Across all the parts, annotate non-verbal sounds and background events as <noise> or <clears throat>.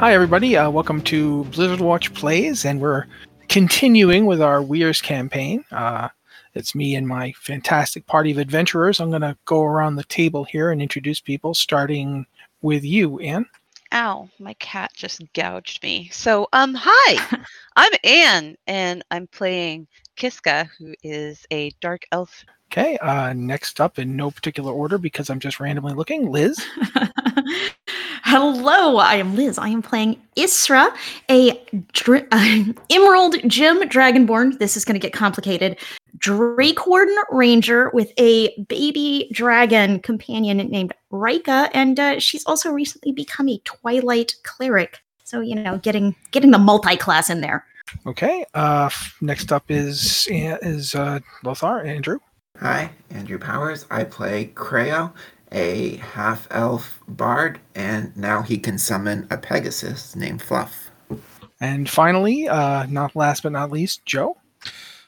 Hi, everybody. Uh, welcome to Blizzard Watch Plays, and we're continuing with our Weirs campaign. Uh, it's me and my fantastic party of adventurers. I'm going to go around the table here and introduce people, starting with you, Anne. Ow, my cat just gouged me. So, um, <laughs> hi, I'm Anne, and I'm playing Kiska, who is a dark elf. Okay. Uh, next up, in no particular order, because I'm just randomly looking, Liz. <laughs> Hello, I am Liz. I am playing Isra, a dr- <laughs> Emerald Gem Dragonborn. This is going to get complicated. Drake Warden Ranger with a baby dragon companion named Rika, and uh, she's also recently become a Twilight Cleric. So you know, getting getting the multi class in there. Okay. Uh, f- next up is is uh, Lothar Andrew. Hi, Andrew Powers. I play Creo, a half elf bard, and now he can summon a Pegasus named Fluff. And finally, uh, not last but not least, Joe.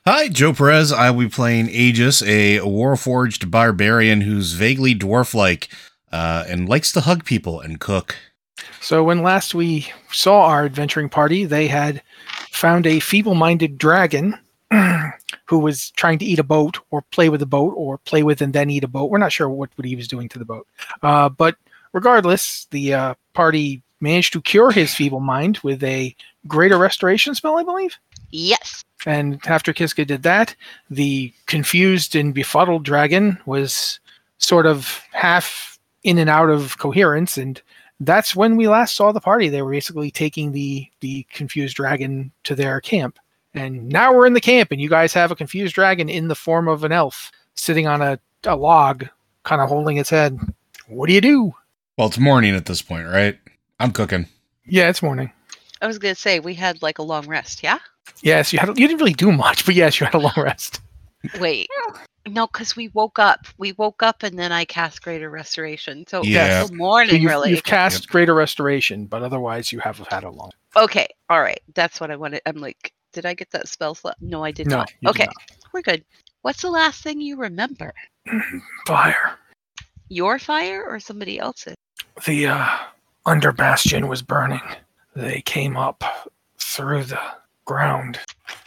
Hi, Joe Perez. I will be playing Aegis, a warforged barbarian who's vaguely dwarf like uh, and likes to hug people and cook. So when last we saw our adventuring party, they had found a feeble-minded dragon <clears throat> who was trying to eat a boat or play with a boat or play with and then eat a boat. We're not sure what, what he was doing to the boat. Uh, but regardless, the uh, party managed to cure his feeble mind with a greater restoration spell, I believe. Yes. And after Kiska did that, the confused and befuddled dragon was sort of half in and out of coherence and that's when we last saw the party. They were basically taking the the confused dragon to their camp. And now we're in the camp, and you guys have a confused dragon in the form of an elf sitting on a, a log, kind of holding its head. What do you do? Well, it's morning at this point, right? I'm cooking. Yeah, it's morning. I was gonna say we had like a long rest, yeah? Yes, you had you didn't really do much, but yes, you had a long rest. Wait. No, because we woke up. We woke up and then I cast Greater Restoration. So Yeah. yeah. morning, So you've, really. you've cast Greater Restoration, but otherwise you have had a long. Okay, all right. That's what I wanted. I'm like, did I get that spell slot? No, I did No, not. you did Okay, we're good. What's the last thing you remember? Fire. Your fire or somebody else's? The uh, under bastion was burning. They came up through the ground.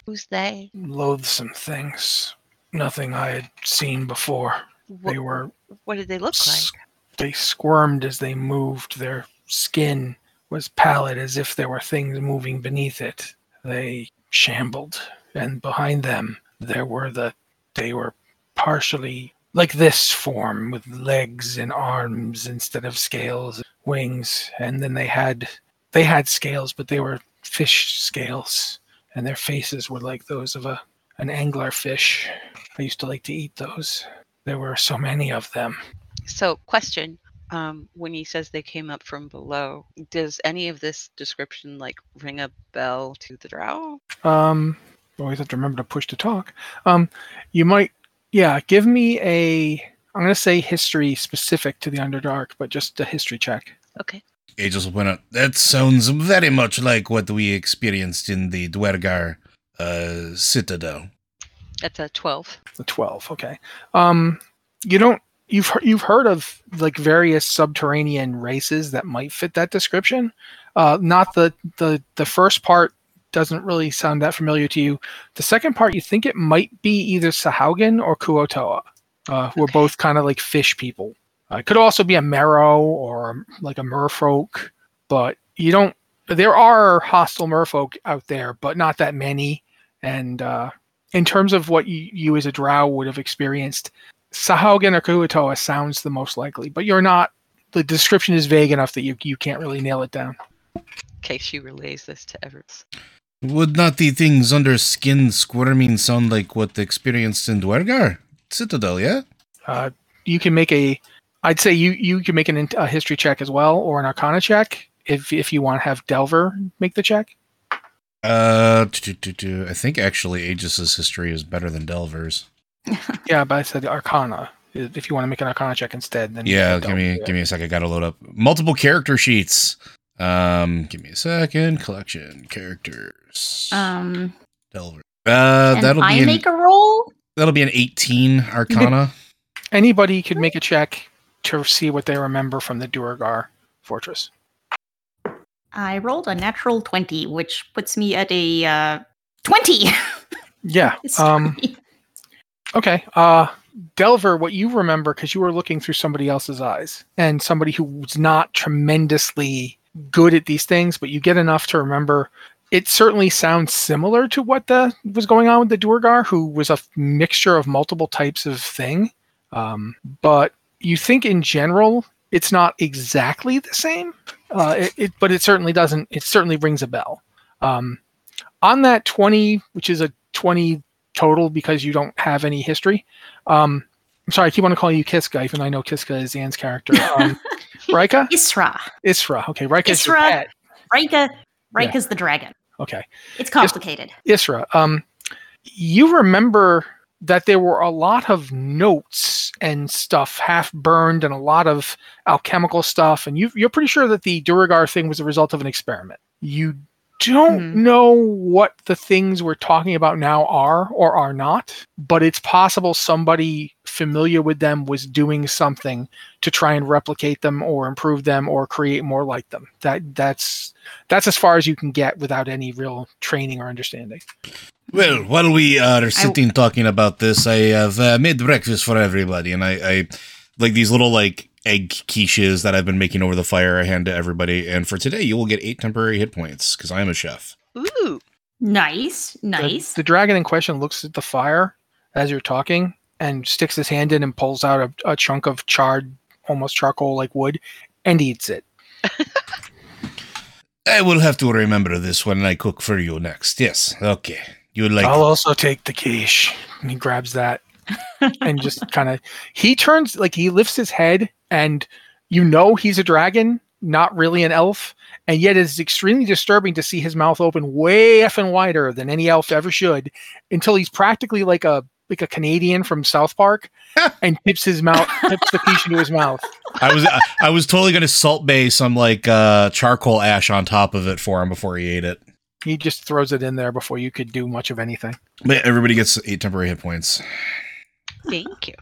Who's they? Loathsome things. Nothing I had seen before. What, They were what did they look S- like? They squirmed as they moved. Their skin was pallid as if there were things moving beneath it. They shambled, and behind them there were the they were partially like this form with legs and arms instead of scales, wings, and then they had they had scales, but they were fish scales, and their faces were like those of a an angler fish. I used to like to eat those. There were so many of them. So, question. Um, when he says they came up from below, does any of this description like ring a bell to the drow? Um, always have to remember to push to talk. Um, you might, yeah, give me a. I'm gonna say history specific to the Underdark, but just a history check. Okay. Aegis will point out that sounds very much like what we experienced in the Dwergar uh, citadel. That's a 12. The twelve, okay. Um, you don't. You've heard, you've heard of like various subterranean races that might fit that description. Uh, not the the the first part doesn't really sound that familiar to you. The second part, you think it might be either Sahaugen or Kuotoa, uh, who are Okay. both kind of like fish people. Uh, it could also be a Marrow or like a merfolk, but you don't. There are hostile merfolk out there, but not that many. And uh, in terms of what you, you as a drow would have experienced, Sahaugen or Kuotoa sounds the most likely, but you're not. The description is vague enough that you, you can't really nail it down. In case you relays this to Everett. Would not the things under skin squirming sound like what experienced in Dwergar citadel? Yeah. Uh, you can make a, I'd say you you can make an, int- a history check as well or an arcana check if if you want to have Delver make the check. Uh, tu- tu- tu- I think actually Aegis's history is better than Delver's. Yeah, but I said Arcana. If you want to make an Arcana check instead, then Yeah, don't give me do it. give me a sec. I gotta load up multiple character sheets. Um, give me a second. Collection characters. Um, Delver. Uh, and that'll I be an, make a roll. that'll be an eighteen <laughs> Arcana. Anybody could make a check to see what they remember from the Duergar fortress. I rolled a natural twenty, which puts me at a uh, twenty. <laughs> Yeah. Um, Okay. Uh Delver, what you remember because you were looking through somebody else's eyes and somebody who was not tremendously good at these things, but you get enough to remember. It certainly sounds similar to what the was going on with the Durgar, who was a f- mixture of multiple types of thing. Um, but you think in general it's not exactly the same. Uh, it, it, but it certainly doesn't. It certainly rings a bell. Um, on that twenty, which is a twenty total because you don't have any history. Um, I'm sorry, I keep on calling you Kiska, even though I know Kiska is Zan's character. Um, Rika? Isra, Isra. Okay, Rika is your Isra. pet. Rika, Rika's the dragon. Okay, It's complicated. Isra. Um, you remember that there were a lot of notes and stuff half burned and a lot of alchemical stuff, and you, you're pretty sure that the Duragar thing was the result of an experiment. You don't Mhm. know what the things we're talking about now are or are not, but it's possible somebody familiar with them was doing something to try and replicate them or improve them or create more like them. That that's that's as far as you can get without any real training or understanding. Well, while we uh, are sitting talking about this, I have uh, made breakfast for everybody, and I, I like these little like egg quiches that I've been making over the fire. I hand to everybody, and for today, you will get eight temporary hit points because I am a chef. <laughs> Ooh. Nice, The- nice. The, dragon in question looks at the fire as you're talking and sticks his hand in and pulls out a, a chunk of charred, almost charcoal like wood, and eats it. I will have to remember this when I cook for you next. Yes, okay. You would like I'll also take the quiche. And he grabs that and just kind of he turns like he lifts his head and you know he's a dragon, not really an elf, and yet it's extremely disturbing to see his mouth open way effing wider than any elf ever should until he's practically like a like a Canadian from South Park and tips his mouth tips the quiche into his mouth. I was I, I was totally gonna salt bay some like uh charcoal ash on top of it for him before he ate it. He just throws it in there before you could do much of anything. But yeah, everybody gets eight temporary hit points. Thank you.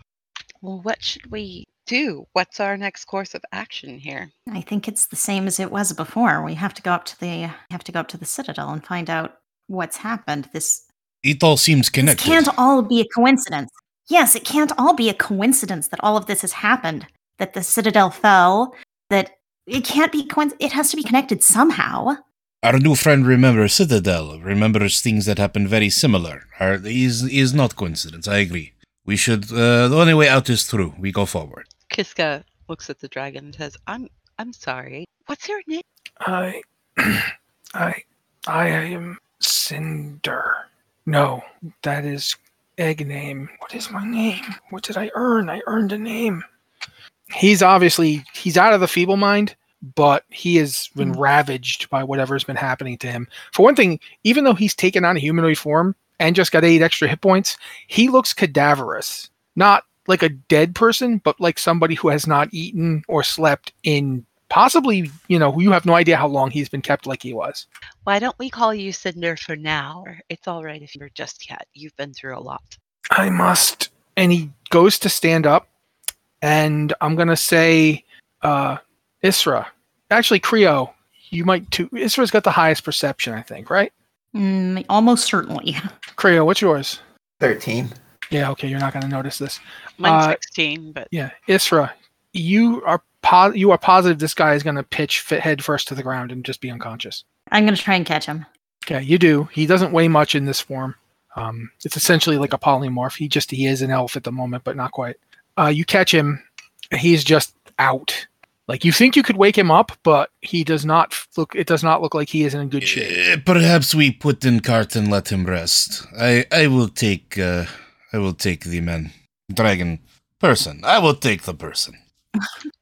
Well, what should we do? What's our next course of action here? I think it's the same as it was before. We have to go up to the we have to go up to the citadel and find out what's happened. This, It all seems this connected. can't all be a coincidence. Yes, it can't all be a coincidence that all of this has happened. That the citadel fell. That it can't be coinc- It has to be connected somehow. Our new friend remembers Citadel, remembers things that happen very similar. Are, is is not coincidence. I agree. We should. Uh, the only way out is through. We go forward. Kiska looks at the dragon and says, "I'm I'm sorry. What's your name?" I, <clears throat> I, I am Cinder. No, that is egg name. What is my name? What did I earn? I earned a name. He's obviously he's out of the feeble mind, but he has been ravaged by whatever's been happening to him. For one thing, even though he's taken on a humanoid form and just got eight extra hit points, he looks cadaverous. Not like a dead person, but like somebody who has not eaten or slept in possibly you know you have no idea how long he's been kept like he was Why don't we call you Cinder for now? It's all right if you're just yet. You've been through a lot. i must and he goes to stand up and i'm gonna say uh isra actually creo you might too isra's got the highest perception i think right Mm, almost certainly. <laughs> creo what's yours 13. yeah okay you're not gonna notice this Mine's Uh, 16, but yeah isra you are po- you are positive this guy is gonna pitch fit head first to the ground and just be unconscious I'm gonna try and catch him. Yeah, you do. He doesn't weigh much in this form. Um, it's essentially like a polymorph. He just he is an elf at the moment, but not quite. Uh, you catch him. and He's just out. Like you think you could wake him up, but he does not f- look. It does not look like he is in good shape. Uh, perhaps we put in cart and let him rest. I I will take. Uh, I will take the man, dragon person. I will take the person.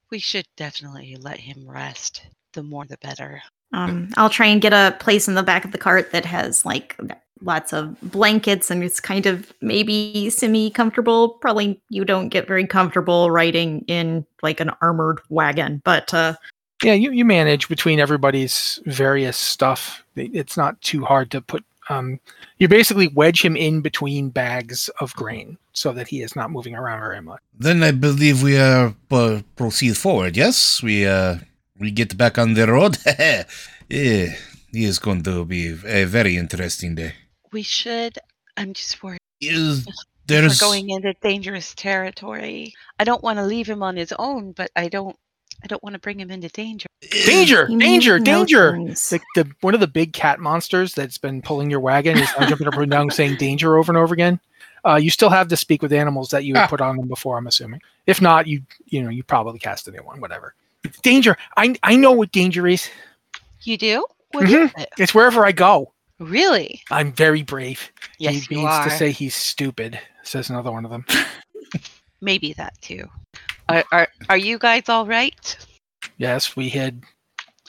we should definitely let him rest. The more the better. Um, I'll try and get a place in the back of the cart that has like lots of blankets and it's kind of maybe semi comfortable. Probably you don't get very comfortable riding in like an armored wagon, but uh, Yeah, you, you manage between everybody's various stuff. It's not too hard to put. Um, you basically wedge him in between bags of grain so that he is not moving around very much. Then I believe we uh, p- proceed forward. Yes, we uh, we get back on the road. <laughs> Eh, it is going to be a very interesting day. We should. I'm just worried. Is We're there's going into dangerous territory. I don't want to leave him on his own, but I don't. I don't want to bring him into danger. Danger! you Danger! need to know Danger! things. The, the, one of the big cat monsters that's been pulling your wagon is now jumping up and down saying danger over and over again. Uh, you still have to speak with animals that you had Ah. put on them before, I'm assuming. If not, you you know you probably cast a new one, whatever. Danger! I I know what danger is. You do? What is it? It's wherever I go. Really? I'm very brave. Yes, he you means are. to say he's stupid. Says another one of them. Maybe that too. Are, are Are you guys all right? Yes, we hid.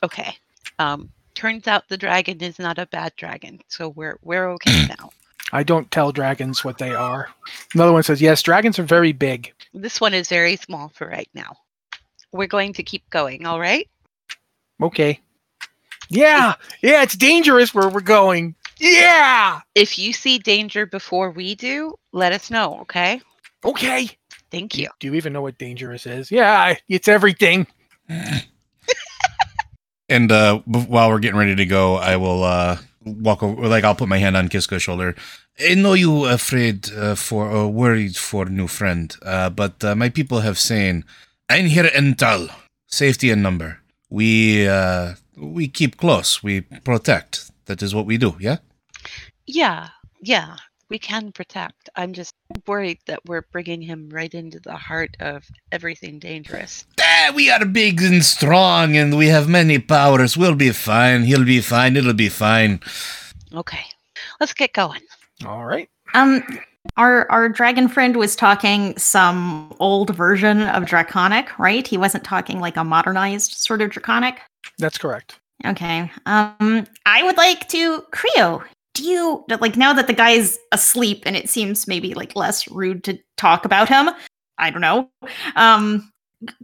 Okay. Um. Turns out the dragon is not a bad dragon, so we're we're <clears throat> okay now. I don't tell dragons what they are. Another one says, "Yes, dragons are very big." This one is very small for right now. We're going to keep going. All right. Okay. Yeah, yeah, it's dangerous where we're going. Yeah. If you see danger before we do, let us know. Okay. Okay. Thank you. Do you even know what dangerous is? Yeah, I- it's everything. and uh, b- while we're getting ready to go, I will uh, walk over. Like I'll put my hand on Kisko's shoulder. I know you afraid uh, for or worried for new friend, uh, but uh, my people have saying, "Ein here ental safety in number. We uh, we keep close. We protect. That is what we do. Yeah." Yeah. Yeah. We can protect. I'm just worried that we're bringing him right into the heart of everything dangerous. Ah, we are big and strong, and we have many powers. We'll be fine. He'll be fine. It'll be fine. Okay. Let's get going. All right. Um, our our dragon friend was talking some old version of draconic, right? He wasn't talking like a modernized sort of draconic. That's correct. Okay. Um, I would like to Creo. Do you like now that the guy's asleep and it seems maybe like less rude to talk about him? I don't know. Um,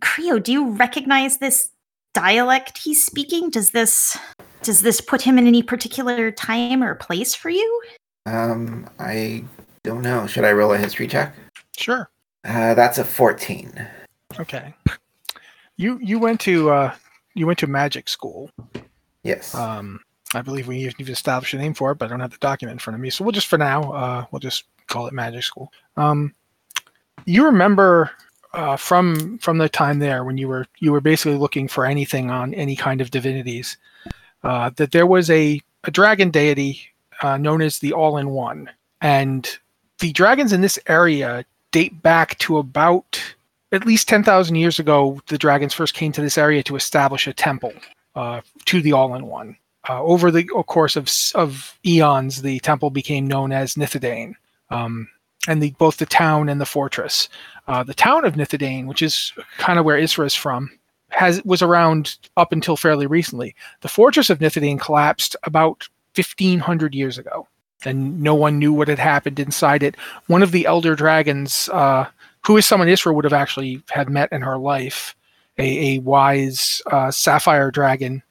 Creo, do you recognize this dialect he's speaking? Does this does this put him in any particular time or place for you? Um, I don't know. Should I roll a history check? Sure. Uh, that's a 14. Okay. You you went to uh you went to magic school. Yes. Um I believe we even established a name for it, but I don't have the document in front of me. So we'll just for now, uh we'll just call it magic school. Um you remember uh, from from the time there when you were you were basically looking for anything on any kind of divinities uh, that there was a, a dragon deity uh, known as the All in One, and the dragons in this area date back to about at least ten thousand years ago. The dragons first came to this area to establish a temple uh, to the All in One. Uh, over the course of s- of eons, the temple became known as Nithidane, um, and the both the town and the fortress. Uh, the town of Nithidane, which is kind of where Isra is from, has was around up until fairly recently. The fortress of Nithidane collapsed about 1500 years ago, and no one knew what had happened inside it. One of the elder dragons, uh, who is someone Isra would have actually had met in her life, a, a wise uh, sapphire dragon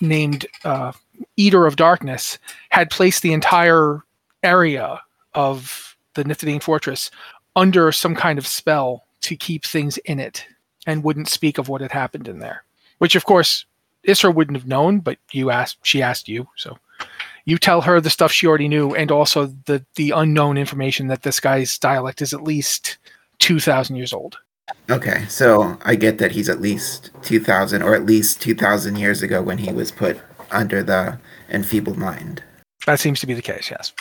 named uh, Eater of Darkness, had placed the entire area of the Nithidine fortress under some kind of spell to keep things in it and wouldn't speak of what had happened in there. Which, of course, Isra wouldn't have known, but you asked, she asked you, so you tell her the stuff she already knew, and also the the unknown information that this guy's dialect is at least two thousand years old. okay, so I get that he's at least 2,000 or at least 2,000 years ago when he was put under the enfeebled mind. That seems to be the case, yes.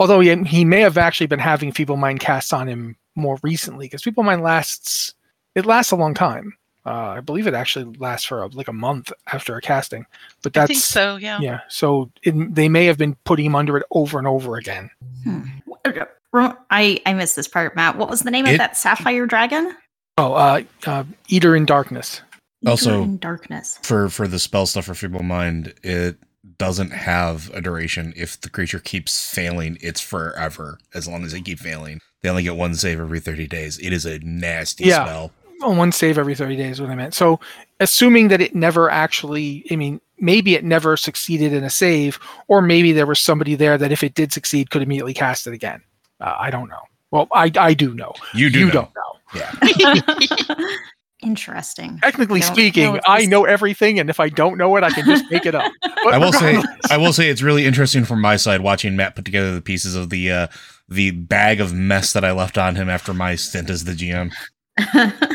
Although he, he may have actually been having Feeble Mind cast on him more recently, because Feeble Mind lasts it lasts a long time. Uh, I believe it actually lasts for like a month after a casting, but that's I think so. Yeah. yeah. So it, they may have been putting him under it over and over again. uh, I I missed this part, Matt. What was the name It- of that sapphire dragon? Oh, uh, uh, Eater in Darkness. You're Also- in <laughs> darkness. for for the spell stuff for feeble mind it doesn't have a duration if the creature keeps failing it's forever as long as they keep failing they only get one save every 30 days it is a nasty Yeah. spell Oh, one save every 30 days, is what I meant. So, assuming that it never actually, I mean, maybe it never succeeded in a save, or maybe there was somebody there that if it did succeed could immediately cast it again. Uh, I don't know. Well, I, I do know. you do you know. don't know. yeah <laughs> Interesting. Technically I don't speaking, know if I this- know everything, and if I don't know it, I can just make it up. But <laughs> i will say regardless- i will say it's really interesting from my side watching matt put together the pieces of the uh the bag of mess that i left on him after my stint as the gm I,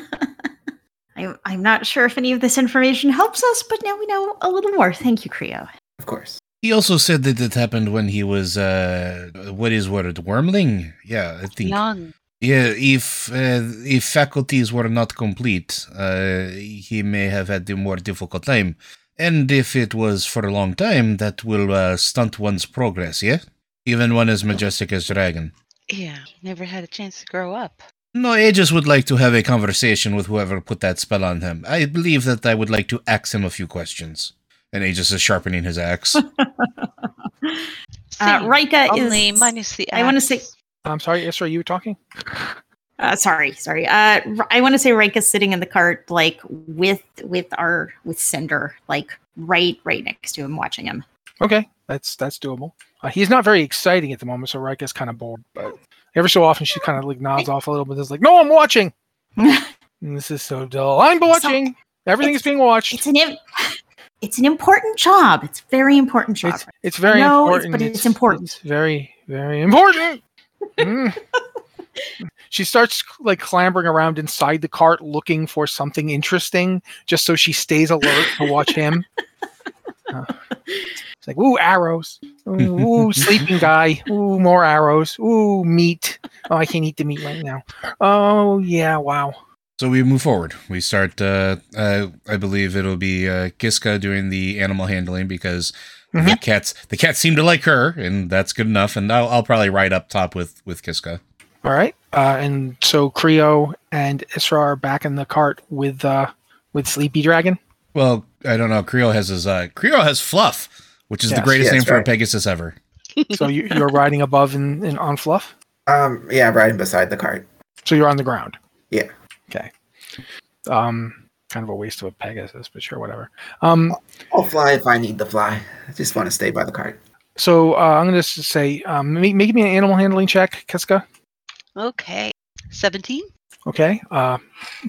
<laughs> I'm not sure if any of this information helps us, but now we know a little more. Thank you, Creo. Of course. he also said that it happened when he was uh what is word wormling yeah i think Young. Yeah, if uh, if faculties were not complete, uh, he may have had a more difficult time. And if it was for a long time, that will uh, stunt one's progress, yeah? Even one as majestic as Dragon. Yeah. He never had a chance to grow up. No, I just would like to have a conversation with whoever put that spell on him. I believe that I would like to ask him a few questions. And Aegis is sharpening his axe. Uh, Same, Rika Only is. minus the. I wanna axe. say- <laughs> I'm sorry, Isra, you were talking? Uh, sorry, sorry. Uh, R- I want to say Rika's sitting in the cart, like with with our with Cinder, like right right next to him, watching him. Okay, that's that's doable. Uh, he's not very exciting at the moment, so Rika's kind of bored. But every so often, she kind of like nods off a little bit. Is like, no, I'm watching. And this is so dull. I'm watching. Everything is being watched. It's an im- <laughs> it's an important job. It's a very important job. It's, it's very know it's- important. but it's important. It's very, very important. <laughs> Mm. she starts like clambering around inside the cart looking for something interesting just so she stays alert to watch <laughs> him. Uh, it's like, ooh, arrows. Ooh, <laughs> ooh, sleeping guy. Ooh, more arrows. Ooh, meat. Oh, I can't eat the meat right now. Oh, yeah, wow. So we move forward. We start. Uh, uh, I believe it'll be uh, Kiska doing the animal handling because the Mm-hmm. Mhm. cats the cats seem to like her, and that's good enough. And I'll, I'll probably ride up top with with Kiska. All right. Uh, and so Creo and Isra are back in the cart with uh, with Sleepy Dragon. Well, I don't know. Creole has his uh, Creole has fluff, which is the Yes. Yes, greatest name for a right. Pegasus ever. So you, you're riding above and, and on fluff. Um, yeah, riding beside the cart. So you're on the ground. Yeah. Okay. Um, kind of a waste of a Pegasus, but sure, whatever. Um, I'll fly if I need to fly. I just want to stay by the cart. so uh, I'm going to say, um, make, make me an animal handling check, Kiska. Okay. Seventeen. Okay. Uh,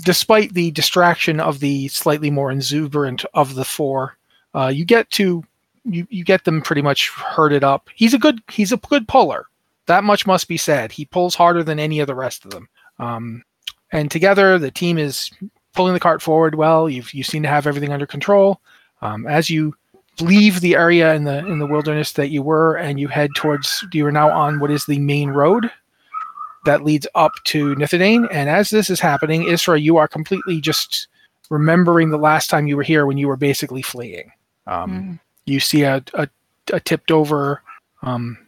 despite the distraction of the slightly more exuberant of the four, uh, you get to you, you get them pretty much herded up. He's a good he's a good puller. That much must be said. He pulls harder than any of the rest of them. Um, and together, the team is pulling the cart forward. Well, you've you seem to have everything under control. Um, as you leave the area in the in the wilderness that you were, and you head towards you are now on what is the main road that leads up to Nithidane. And as this is happening, Isra, you are completely just remembering the last time you were here when you were basically fleeing. Um, Hmm. you see a, a, a tipped over um,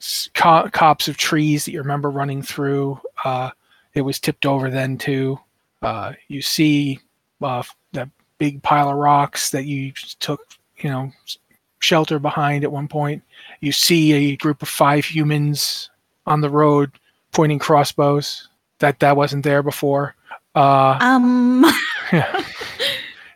s- co- cops of trees that you remember running through. Uh, it was tipped over then too. Uh, you see uh, that big pile of rocks that you took, you know, s- shelter behind at one point. You see a group of five humans on the road pointing crossbows. That that wasn't there before. Uh, um, <laughs>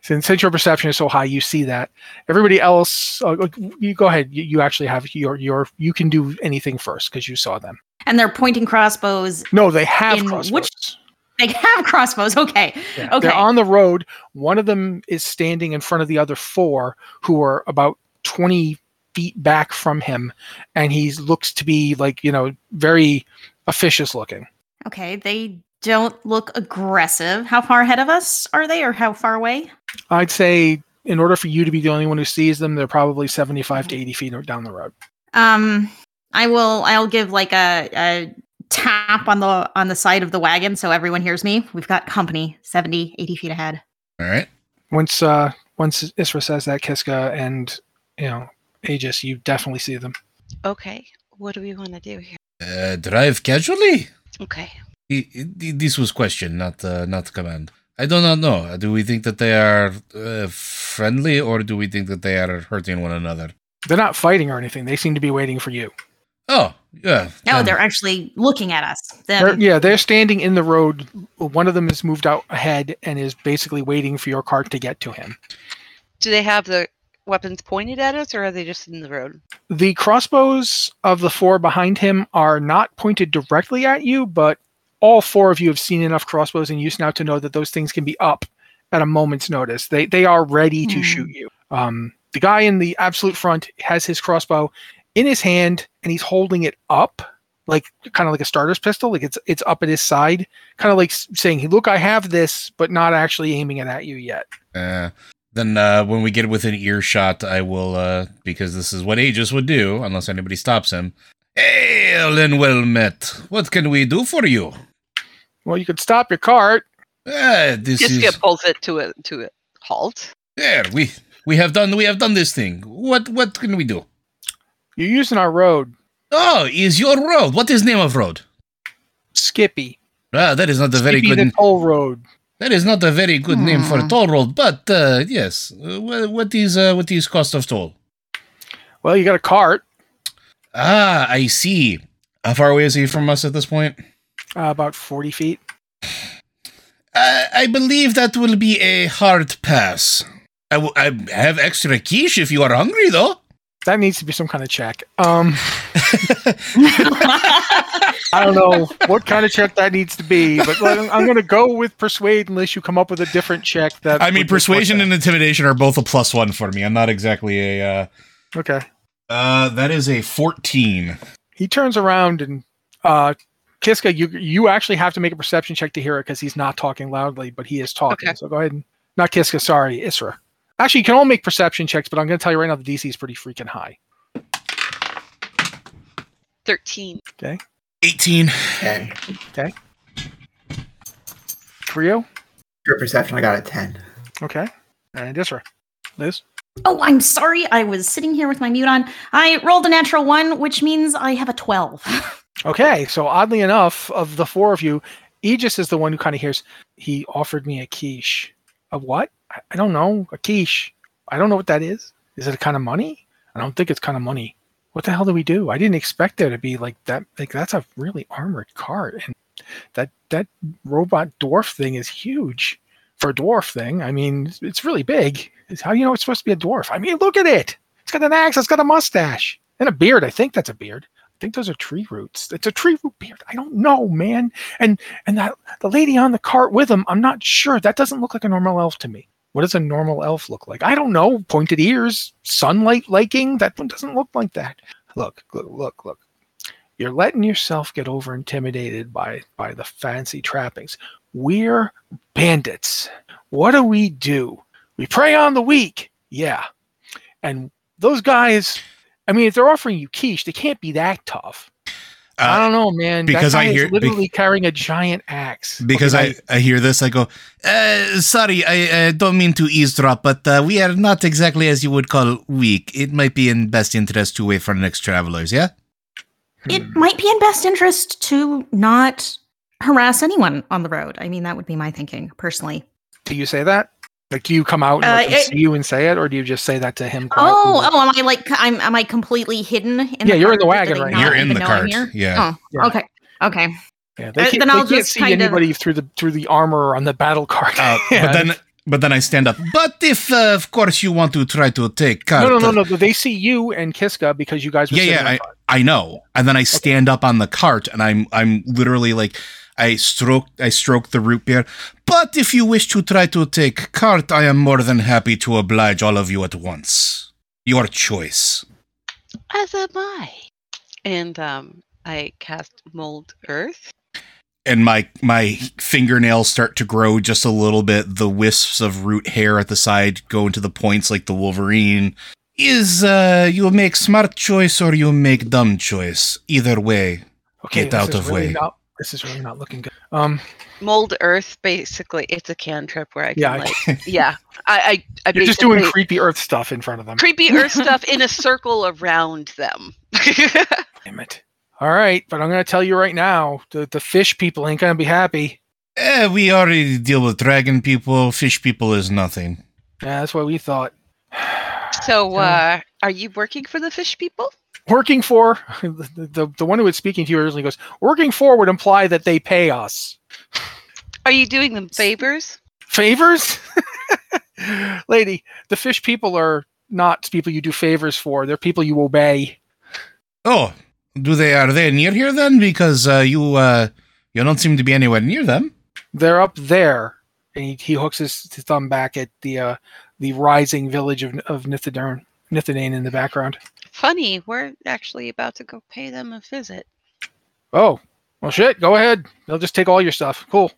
since, since your perception is so high, you see that. Everybody else, uh, like, you go ahead. You, you actually have your your. You can do anything first because you saw them. and they're pointing crossbows. No, they have In crossbows. which- They have crossbows. Okay, Yeah. okay. They're on the road. One of them is standing in front of the other four, who are about twenty feet back from him, and he looks to be like you know very officious looking. okay. They don't look aggressive. How far ahead of us are they, or how far away? I'd say in order for you to be the only one who sees them, they're probably seventy-five to eighty feet down the road. Um, I will. I'll give like a, a tap on the on the side of the wagon so everyone hears me. We've got company 70, 80 feet ahead. All right. once uh once Isra says that Kiska and you know Aegis, you definitely see them. Okay. What do we want to do here? Uh, drive casually. Okay. E- e- This was question, not uh, not command. I do not know. Do we think that they are uh, friendly, or do we think that they are hurting one another? They're not fighting or anything. They seem to be waiting for you. Oh, yeah. No, then- they're actually looking at us. They're- Them. yeah, they're standing in the road. One of them has moved out ahead and is basically waiting for your cart to get to him. Do they have the weapons pointed at us, or are they just in the road? The crossbows of the four behind him are not pointed directly at you, but all four of you have seen enough crossbows in use now to know that those things can be up at a moment's notice. They they are ready to Hmm. shoot you. Um, the guy in the absolute front has his crossbow in his hand and he's holding it up, like kind of like a starter's pistol, like it's it's up at his side, kind of like s- saying, "Look, I have this," but not actually aiming it at you yet. Uh, then uh, when we get within earshot, I will, uh, because this is what Aegis would do, unless anybody stops him. Hey, Ellen, well met. What can we do for you? Well, you could stop your cart. Uh, this Kiska is pulls it to a to a halt. there. We we have done we have done this thing. What what can we do? You're using our road, Oh, is your road? What is name of road? Skippy. Ah, that is not a very Skippy good. the toll road. that is not a very good name for a Hmm. toll road. But uh, yes, uh, wha- what is uh, what is cost of toll? Well, you got a cart Ah, I see. How far away is he from us at this point? uh, about 40 feet. I I believe that will be a hard pass. I will- I have extra quiche if you are hungry, though. That needs to be some kind of check. Um, I don't <laughs> know what kind of check that needs to be, but like, I'm- I'm going to go with persuade unless you come up with a different check. That I mean, would support persuasion that. and intimidation are both a plus one for me. I'm not exactly a. Uh, okay. uh that is a fourteen. He turns around and uh, Kiska, you you actually have to make a perception check to hear it because he's not talking loudly, but he is talking. Okay. So go ahead and not Kiska, sorry, Isra. Actually, you can all make perception checks, but I'm going to tell you right now the DC is pretty freaking high. Thirteen. Eighteen. Ten. Trio, Your perception, I got a ten. okay, and Isra, Liz. <laughs> oh, I'm sorry. I was sitting here with my mute on. I rolled a natural one, which means I have a 12. Okay, so oddly enough, of the four of you, Aegis is the one who kind of hears. He offered me a quiche. A what? I- I don't know. A quiche. I don't know what that is. Is it a kind of money? I don't think it's kind of money. What the hell do we do? I didn't expect there to be like that. Like that's a really armored cart, and that that robot dwarf thing is huge for a dwarf thing. I mean, it's- it's really big. It's- How do you know it's supposed to be a dwarf? I mean, look at it. It's got an axe. It's got a mustache and a beard. I think that's a beard. I think those are tree roots. It's a tree root beard. I don't know, man. And and that the lady on the cart with him, I'm not sure. That doesn't look like a normal elf to me. What does a normal elf look like? I don't know. Pointed ears, sunlight liking. That one doesn't look like that. Look, look, look, look. You're letting yourself get over intimidated by by the fancy trappings. We're bandits. What do we do? We prey on the weak. Yeah. And those guys, I mean, if they're offering you quiche, they can't be that tough. I Uh, don't know, man. because that I guy is hear- bec- literally carrying a giant axe. because Okay, I, I hear this, I go. Uh, sorry, I, I don't mean to eavesdrop, but uh, we are not exactly as you would call weak. It might be in best interest to wait for next travelers. Yeah. it might be in best interest to not harass anyone on the road. I mean, that would be my thinking personally. Do you say that? Like, do you come out and Uh, let them it- see you and say it, or do you just say that to him? quietly? Oh, oh, am I like I'm am I completely hidden in Yeah, the you're in cart? the Do wagon they right not now. You're even know I'm here? Yeah. Oh, Okay. Okay. yeah, uh, they can't, then I'll they can't just see kind of- anybody through the through the armor on the battle card. Uh, <laughs> Yeah. But then, but then I stand up. But if, uh, of course, you want to try to take cart, no, no, no, no. but They see you and Kiska because you guys. Were Yeah, sitting yeah, on front. I know. And then I stand up on the cart, and I'm, I'm literally like, I stroke, I stroke the root beer. But if you wish to try to take cart, I am more than happy to oblige all of you at once. Your choice. As am I. And um, I cast mold earth. And my my fingernails start to grow just a little bit. The wisps of root hair at the side go into the points like the Wolverine. Is uh, you make smart choice or you make dumb choice. Either way, Okay, Get this out is of really way. not- this is really not looking good. Um, Mold earth, basically, it's a cantrip where I can Yeah, I like, yeah. I, I, I you're just doing basically- creepy Earth stuff in front of them. creepy earth stuff in a circle around them. <laughs> Damn it! All right, but I'm gonna tell you right now, the the fish people ain't gonna be happy. Eh, Eh, we already deal with dragon people. Fish people is nothing. Yeah, that's what we thought. <sighs> So, uh, are you working for the fish people? Working for <laughs> the, the, the one who was speaking to you originally goes, working for would imply that they pay us. Are you doing them favors? Favors? <laughs> Lady, the fish people are not people you do favors for. They're people you obey. Oh, do they are they near here then? Because uh, you uh, you don't seem to be anywhere near them. They're up there. And he, he hooks his thumb back at the uh, the rising village of, of Nithidern, Nithidane in the background. Funny, we're actually about to go pay them a visit. Oh, well, shit, go ahead. They'll just take all your stuff. Cool.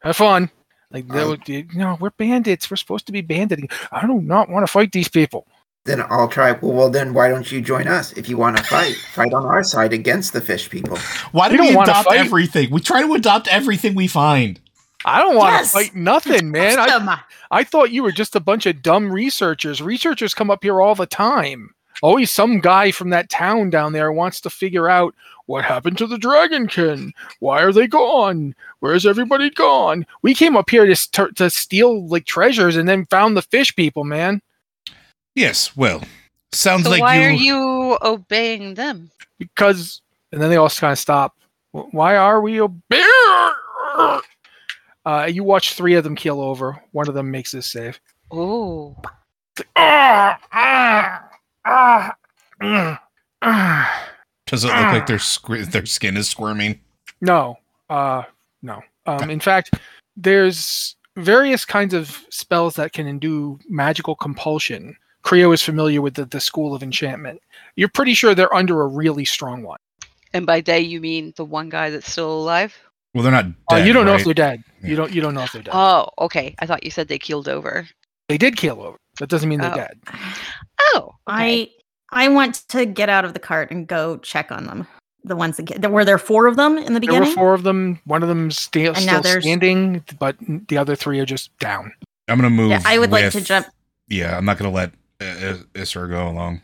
Have fun. Like, they Um, would, you know, we're bandits. We're supposed to be banditing. I do not want to fight these people. Then I'll try. Well, well, then why don't you join us if you want to fight? fight on our side against the fish people. Why We do we don't wanna adopt fight. everything? We try to adopt everything we find. I don't want Yes. to fight <laughs> nothing, man. I, Awesome. I thought you were just a bunch of dumb researchers. Researchers come up here all the time. Always some guy from that town down there wants to figure out what happened to the dragonkin. Why are they gone? Where's everybody gone? We came up here to st- to steal like treasures and then found the fish people, man. Yes. Well, sounds So like why you. are you obeying them? Because and then they all kind of stop. Wh- Why are we obeying? Uh, you watch three of them keel over. One of them makes his save. Oh, Ah, ah, ah, mm, ah. Does it look like their squ- their skin is squirming? No, uh, no. Um, in fact, there's various kinds of spells that can endue magical compulsion. Creo is familiar with the, the school of enchantment. You're pretty sure they're under a really strong one. and by they you mean the one guy that's still alive? Well, they're not. Uh, Dead, you don't know if right? they're dead. Yeah. You don't. You don't know if they're dead. Oh, okay. I thought you said they keeled over. they did keel over. That doesn't mean they're Oh. dead. Oh, okay. I I want to get out of the cart and go check on them. The ones that get, were there four of them in the There were beginning. four of them. One of them's sta- And now still there's- standing, but the other three are just down. I'm gonna move. Yeah, I would like to with- jump, Yeah, I'm not gonna let uh, Is- Isra go along.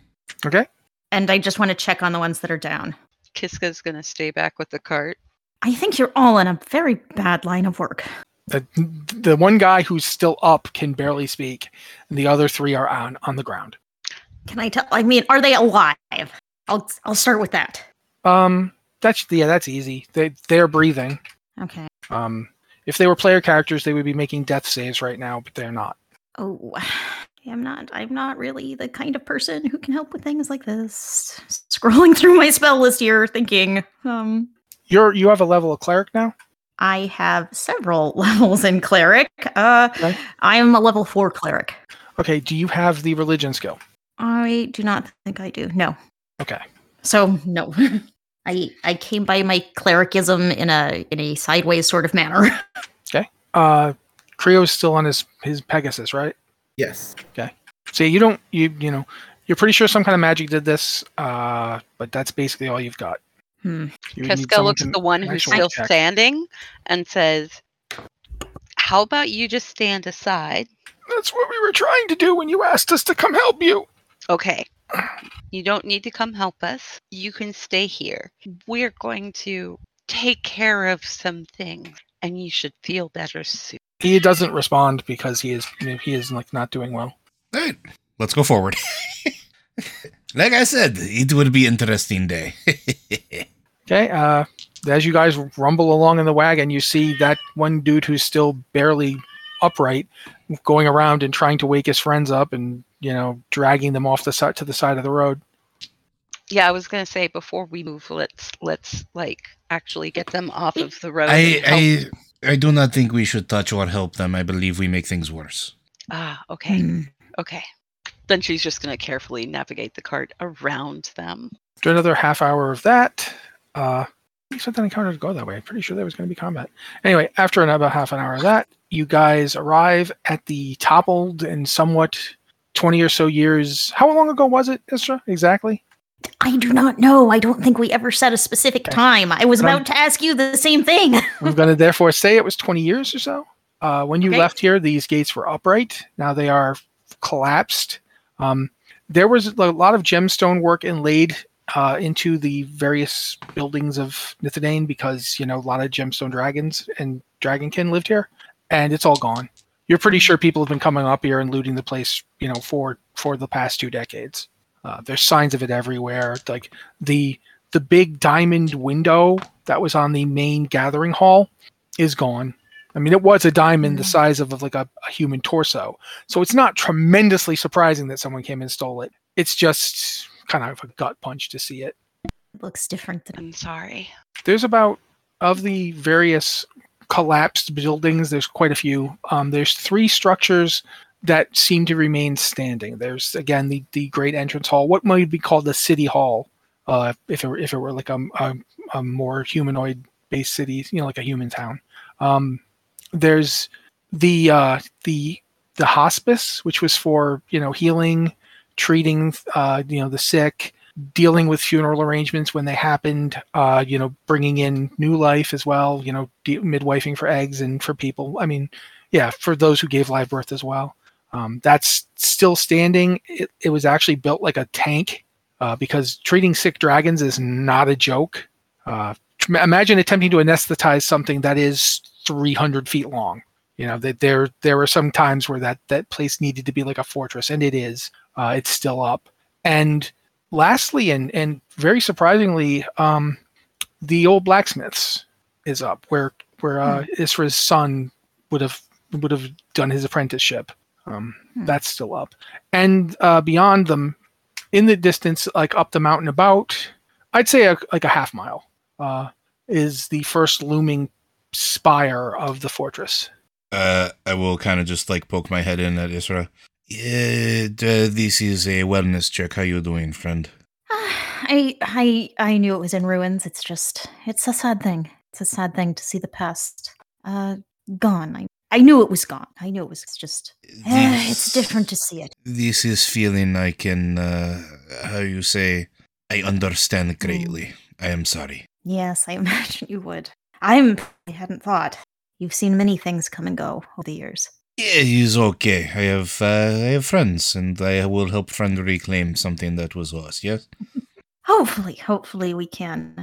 and I just want to check on the ones that are down. Kiska's gonna stay back with the cart. I think you're all in a very bad line of work. The, the one guy who's still up can barely speak, and the other three are on on the ground. Can I tell? I mean, are they alive? I'll I'll start with that. Um, that's yeah, that's easy. They they're breathing. Okay. Um, if they were player characters, they would be making death saves right now, but they're not. Oh, <sighs> I'm not. I'm not really the kind of person who can help with things like this. <laughs> Scrolling through my spell list here, thinking, um, You're you have a level of cleric now. I have several <laughs> levels in cleric. Uh, Okay. I am a level four cleric. Okay. Do you have the religion skill? I do not think I do. No. Okay. So no. <laughs> I I came by my clericism in a in a sideways sort of manner. <laughs> Uh, Creo's still on his his Pegasus, right? Yes. See, you don't you you know you're pretty sure some kind of magic did this. Uh, but that's basically all you've got. Hmm. You would need Kiska someone looks to- at the one who's actual still check. standing and says, "How about you just stand aside?" That's what we were trying to do when you asked us to come help you. Okay. You don't need to come help us. You can stay here. We're going to take care of some things, and you should feel better soon. He doesn't respond because he is he is like not doing well. All right, let's go forward. <laughs> like I said, it would be interesting day. <laughs> Okay. Uh, as you guys rumble along in the wagon, you see that one dude who's still barely upright going around and trying to wake his friends up and, you know, dragging them off the side to the side of the road. Yeah, I was gonna say before we move, let's let's like actually get them off of the road. and help- I, I I do not think we should touch or help them. I believe we make things worse. ah okay Mm. Hmm. okay. Then she's just gonna carefully navigate the cart around them. After another half hour of that, uh, you said that encounter to go that way. I'm pretty sure there was going to be combat. Anyway, after another half an hour of that, you guys arrive at the toppled and somewhat 20 or so years. How long ago was it, Isra? Exactly? I do not know. I don't think we ever set a specific Okay. time. I was But I'm- about to ask you the same thing. <laughs> I'm going to therefore say it was 20 years or so. Uh, when you Okay. left here, these gates were upright. Now they are collapsed. Um, there was a lot of gemstone work inlaid uh, into the various buildings of Nithidane because you know a lot of gemstone dragons and dragonkin lived here, and it's all gone. You're pretty sure people have been coming up here and looting the place, you know, for for the past two decades. Uh, there's signs of it everywhere. Like the the big diamond window that was on the main gathering hall is gone. I mean, it was a diamond the size of, of like a, a human torso, so it's not tremendously surprising that someone came and stole it. It's just kind of a gut punch to see it. It looks different than I'm sorry. there's about of the various collapsed buildings there's quite a few um, there's three structures that seem to remain standing there's again the, the great entrance hall what might be called the city hall uh, if, it were, if it were like a, a, a more humanoid based city you know like a human town um, there's the uh, the the hospice which was for you know healing treating uh, you know the sick dealing with funeral arrangements when they happened, uh, you know, bringing in new life as well, you know, de- midwifing for eggs and for people. I mean, yeah, for those who gave live birth as well. Um, that's still standing. It, it was actually built like a tank uh, because treating sick dragons is not a joke. Uh, tr- imagine attempting to anesthetize something that is 300 feet long. You know, that there there were some times where that that place needed to be like a fortress, and it is. Uh, it's still up. And lastly, and and very surprisingly, um, the old blacksmiths is up where where uh, Isra's son would have would have done his apprenticeship. Um, Hmm. That's still up, and uh, beyond them, in the distance, like up the mountain, about I'd say a, like a half mile, uh, is the first looming spire of the fortress. Uh, I will kind of just like poke my head in at Isra. Yeah, uh, this is a wellness check. How you doing, friend? <sighs> I I I knew it was in ruins. It's just it's a sad thing. It's a sad thing to see the past uh gone. I I knew it was gone. I knew it was it's just eh, it's This- different to see it. This is feeling I can, uh, how you say, I Mm. understand greatly. I am sorry. Yes, I <laughs> imagine you would. I'm I hadn't thought. You've seen many things come and go over the years. Yeah, he's okay. I have, uh, I have friends, and I will help friend reclaim something that was lost. Yes. Mm-hmm. Hopefully, hopefully we can.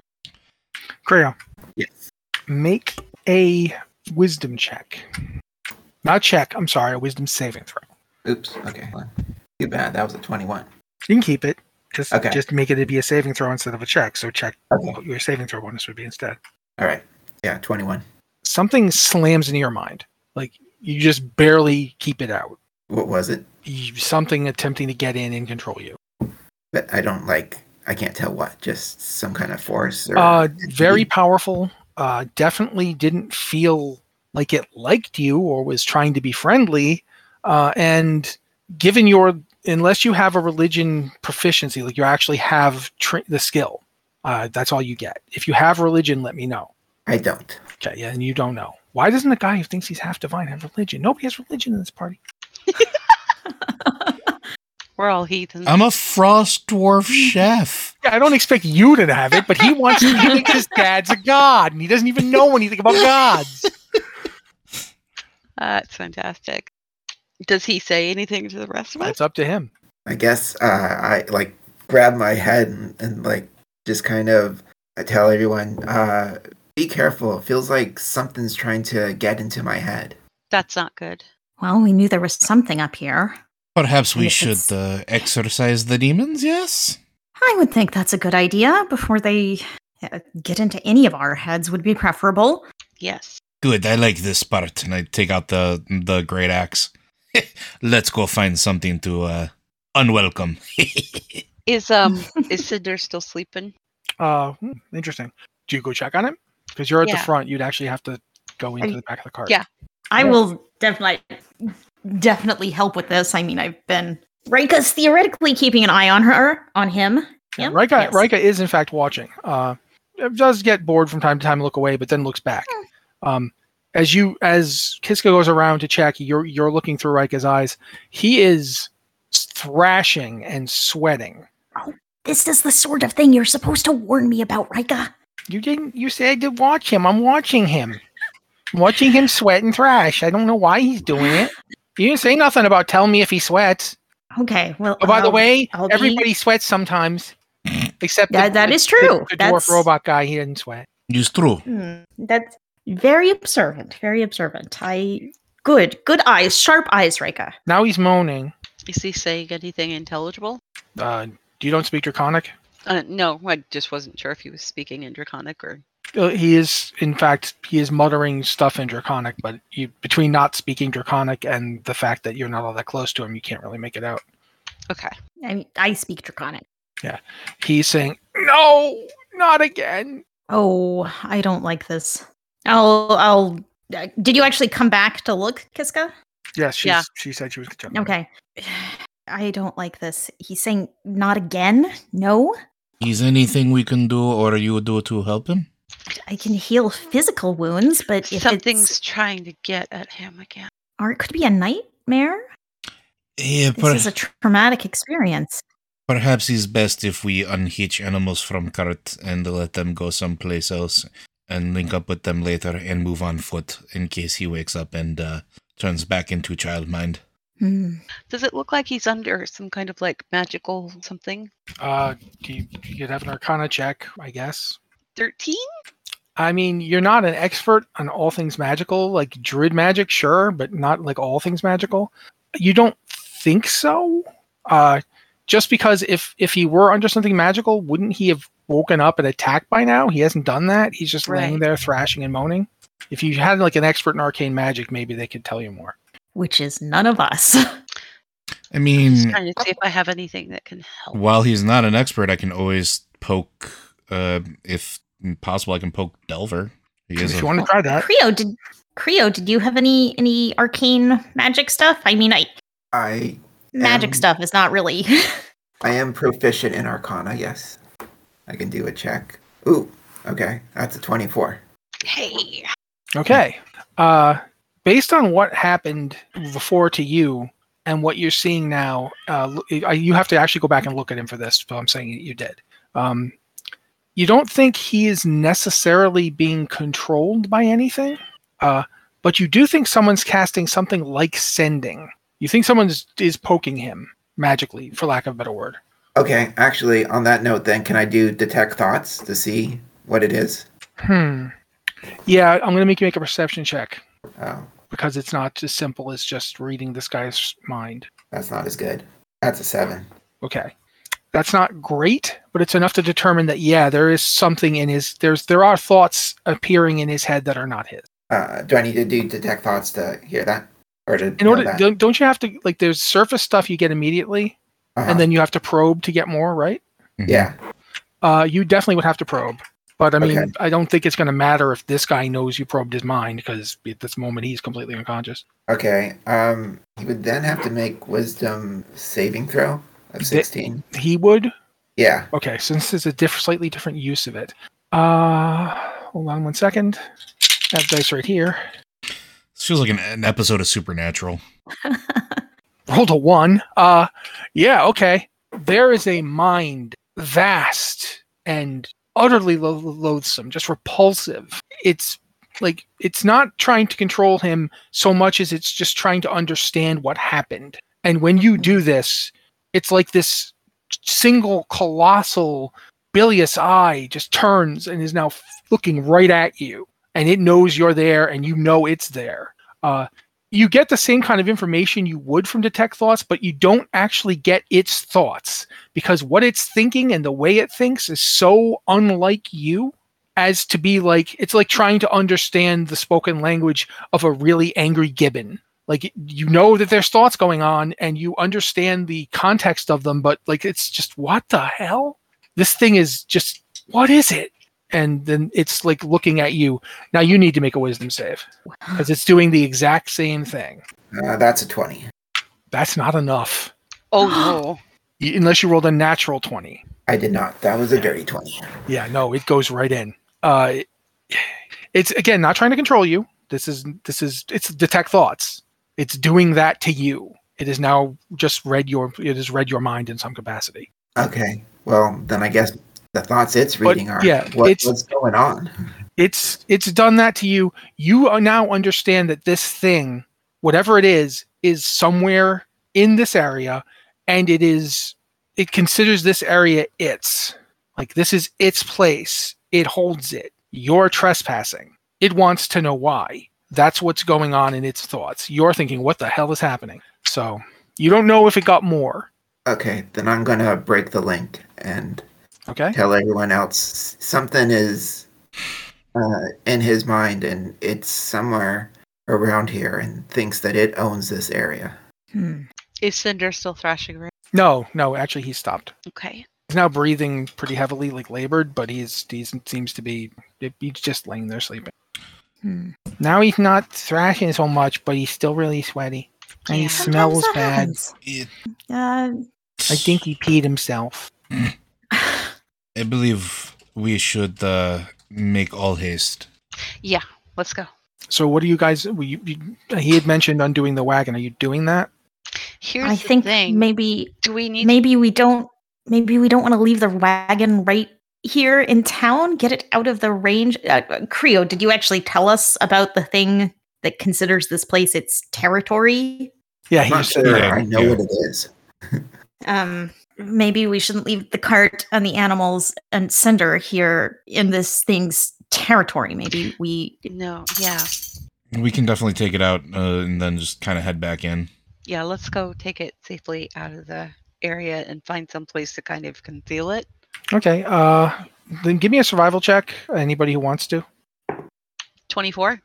Crayon. Yes. Make a wisdom check. Not check. I'm sorry. A wisdom saving throw. Oops. Okay. hold on. Too bad. That was a 21. You can keep it. Just Okay. just make it be a saving throw instead of a check. So check Okay. what your saving throw bonus would be instead. All right. Yeah, 21. Something slams into your mind. Like you just barely keep it out. What was it? You, something attempting to get in and control you. But I don't like. I can't tell what. Just some kind of force. Or Uh, very powerful. Uh, definitely didn't feel like it liked you or was trying to be friendly. Uh, and given your, unless you have a religion proficiency, like you actually have tra- the skill, uh, that's all you get. If you have religion, let me know. I don't. Okay, yeah, and you don't know. Why doesn't a guy who thinks he's half divine have religion? Nobody has religion in this party. We're all heathens. I'm a frost dwarf Mm-hmm. chef. Yeah, I don't expect you to have it, but he wants to think his dad's a god, and he doesn't even know anything about gods. That's Ah, fantastic. Does he say anything to the rest of us? That's up to him. I guess uh, I like grab my head and, and like just kind of I tell everyone, uh, be careful. It feels like something's trying to get into my head. That's not good. Well, we knew there was something up here. Perhaps we Yes. should uh, exorcise the demons. Yes. I would think that's a good idea before they uh, get into any of our heads would be preferable. Yes. Good. I like this part, and I take out the the great axe. <laughs> Let's go find something to uh, unwelcome. <laughs> Is <laughs> um is Cinder still sleeping? Uh, hmm, interesting. Do you go check on him? Because you're at the Yeah. front, you'd actually have to go into And- the back of the cart. yeah. I Yeah. will definitely definitely help with this. I mean, I've been Rika's theoretically keeping an eye on her, on him. Yeah, Him? Rika, Yes. Rika is in fact watching. Uh, does get bored from time to time, look away, but then looks back. Hmm. Um, as you as Kiska goes around to check, you're you're looking through Rika's eyes. He is thrashing and sweating. This is the sort of thing you're supposed to warn me about, Rika. You didn't. You said to watch him. I'm watching him. I'm watching him sweat and thrash. I don't know why he's doing it. You didn't say nothing about telling me if he sweats. Okay. Well, Oh, by the I'll- way, I'll be- everybody sweats sometimes. Except That- that is true. The, the That's- dwarf robot guy, he didn't sweat. It's true. Hmm, that's very observant. Very observant. I good, good eyes, sharp eyes, Rika. Now he's moaning. Is he saying anything intelligible? Uh, you don't speak Draconic? Uh, no, I just wasn't sure if he was speaking in Draconic or. Uh, he is, in fact, he is muttering stuff in Draconic, but you, between not speaking Draconic and the fact that you're not all that close to him, you can't really make it out. Okay. I mean, I speak Draconic. He's saying, No, not again. Oh, I don't like this. I'll, I'll. Uh, did you actually come back to look, Kiska? Yes, she's, Yeah. she said she was jumping. Okay. <sighs> I don't like this. He's saying not again. No, Is anything we can do or you do to help him? I can heal physical wounds, but if Something's it's, trying to get at him again. or it could be a nightmare. Yeah, This per- is a traumatic experience. perhaps it's best if we unhitch animals from cart and let them go someplace else and link up with them later and move on foot in case he wakes up and uh, turns back into child mind. Hmm. Does it look like he's under some kind of like magical something? Uh, do you, you'd have an Arcana check, I guess. 13? I mean, you're not an expert on all things magical, like druid magic, sure, but not like all things magical. You don't think so? Uh, just because if if he were under something magical, wouldn't he have woken up and attacked by now? He hasn't done that. He's just laying Right. there thrashing and moaning. If you had like an expert in arcane magic, maybe they could tell you more. Which is none of us. <laughs> I Just mean, trying to see if I have anything that can help. while he's not an expert, I can always poke, uh, if possible, I can poke Delver. He is if a- you want to try that, Creo, did Creo, did you have any any arcane magic stuff? I mean, I I magic Um, stuff is not really. <laughs> I am proficient in Arcana. Yes, I can do a check. Ooh, okay, that's a twenty-four. Hey! Okay. Uh, based on what happened before to you and what you're seeing now, uh, lo- I- you have to actually go back and look at him for this, but I'm saying that you did. Um, you don't think he is necessarily being controlled by anything, uh, but you do think someone's casting something like sending. You think someone's is poking him magically, for lack of a better word. Okay, actually, on that note, then can I do detect thoughts to see what it is? Hmm. Yeah, I'm going to make you make a perception check Oh, because it's not as simple as just reading this guy's mind. that's not as good. That's a seven. okay that's not great but it's enough to determine that yeah there is something in his there's there are thoughts appearing in his head that are not his Uh, do I need to do detect thoughts to hear that, or to in know order that? don't, don't you have to like there's surface stuff you get immediately Uh-huh. and then you have to probe to get more right Mhm. yeah, uh you definitely would have to probe but i mean Okay. i don't think it's going to matter if this guy knows you probed his mind because at this moment he's completely unconscious okay. Um, he would then have to make wisdom saving throw of Th- sixteen. he would Yeah. okay since there's a diff- slightly different use of it uh hold on one second I have dice right here This feels like an, an episode of Supernatural. rolled a one. Uh, yeah, okay. There is a mind vast and utterly lo- loathsome, just repulsive. It's like it's not trying to control him so much as it's just trying to understand what happened. And when you do this, it's like this single colossal bilious eye just turns and is now f- looking right at you and it knows you're there and you know it's there uh, you get the same kind of information you would from detect thoughts but you don't actually get its thoughts because what it's thinking and the way it thinks is so unlike you as to be like it's like trying to understand the spoken language of a really angry gibbon like you know that there's thoughts going on and you understand the context of them but like it's just what the hell this thing is just what is it and then it's like looking at you now you need to make a wisdom save because it's doing the exact same thing Uh, that's a 20. that's not enough <gasps> Oh no. Y- unless you rolled a natural 20 I did not. That was a dirty 20. Yeah, no, it goes right in. Uh, it's again not trying to control you. This is this is it's detect thoughts. It's doing that to you. It is now just read your it has read your mind in some capacity. Okay. Well, then I guess the thoughts it's But, reading are yeah, what, it's- what's going on. It's it's done that to you. You are now understand that this thing, whatever it is, is somewhere in this area, and it is it considers this area its. Like this is its place. It holds it. You're trespassing. It wants to know why. That's what's going on in its thoughts. You're thinking, what the hell is happening? So you don't know if it got more. Okay, then I'm gonna break the link and Okay. tell everyone else something is uh, in his mind and it's somewhere around here and thinks that it owns this area. Hmm. Is Cinder still thrashing around? No, no, actually he stopped. Okay. He's now breathing pretty heavily, like labored, but he's he seems to be he's just laying there sleeping. Hmm. Now he's not thrashing so much, but he's still really sweaty. And he Yeah. Sometimes smells that bad. happens. Uh, <sighs> I think he peed himself. I believe we should uh, make all haste. Yeah, let's go. So what do you guys? were You, you, he had mentioned undoing the wagon. Are you doing that? Here's I the think thing. maybe Do we need maybe we don't maybe we don't want to leave the wagon right here in town. Get it out of the range. Uh, uh, Creo, did you actually tell us about the thing that considers this place its territory? Yeah, I'm he not just said sure. that. I know Yeah. what it is. Um, maybe we shouldn't leave the cart and the animals and Cinder here in this thing's territory. Maybe we No, yeah. We can definitely take it out uh, and then just kind of head back in. Yeah, let's go take it safely out of the area and find some place to kind of conceal it. Okay. Uh, then give me a survival check. Anybody who wants to. 24.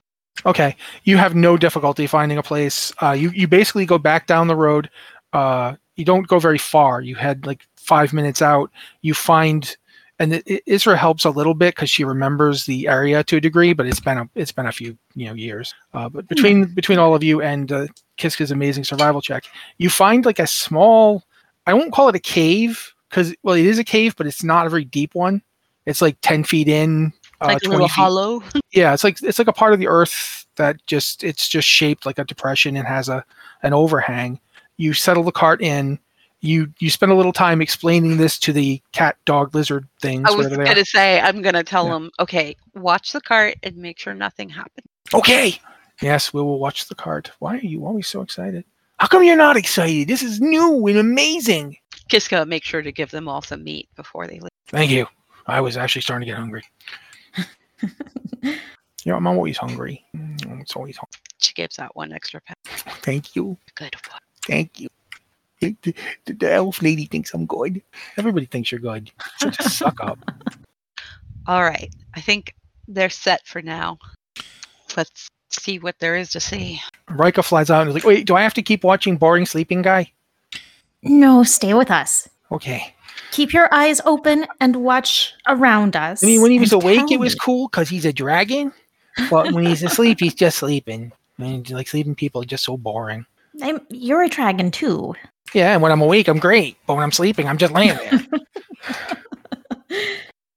Okay. You have no difficulty finding a place. Uh, you you basically go back down the road. Uh, you don't go very far. You head like five minutes out. You find, and it, it, Isra helps a little bit because she remembers the area to a degree, but it's been a it's been a few you know years. Uh, Hmm. but between between all of you and uh, Kiska's amazing survival check, you find like a small. I won't call it a cave because well, it is a cave, but it's not a very deep one. It's like ten feet in, uh, Like a 20 little feet hollow. <laughs> yeah it's like it's like a part of the earth that just it's just shaped like a depression and has a an overhang you settle the cart in you you spend a little time explaining this to the cat dog lizard things I was whatever they going to say, I'm going to tell Yeah. them, okay, watch the cart and make sure nothing happens. are. okay yes we will watch the cart why are you always so excited how come you're not excited this is new and amazing Kiska, make sure to give them all some meat before they leave. thank you i was actually starting to get <laughs> hungry you know i'm always hungry Mm, it's always hungry. She gives out one extra pound. thank you Good one. Thank you. The, the- the- the elf lady thinks I'm good. Everybody thinks you're good. Such a suck up. <laughs> All right. I think they're set for now. Let's see what there is to see. Rika flies out and is like, wait, do I have to keep watching Boring Sleeping Guy? no stay with us. Okay. Keep your eyes open and watch around us. I mean, when he was and awake, tell it was me. cool because he's a dragon. But when he's asleep, he's just sleeping. And like sleeping people are just so boring. I'm, you're a dragon too. Yeah, and when I'm awake, I'm great. But when I'm sleeping, I'm just laying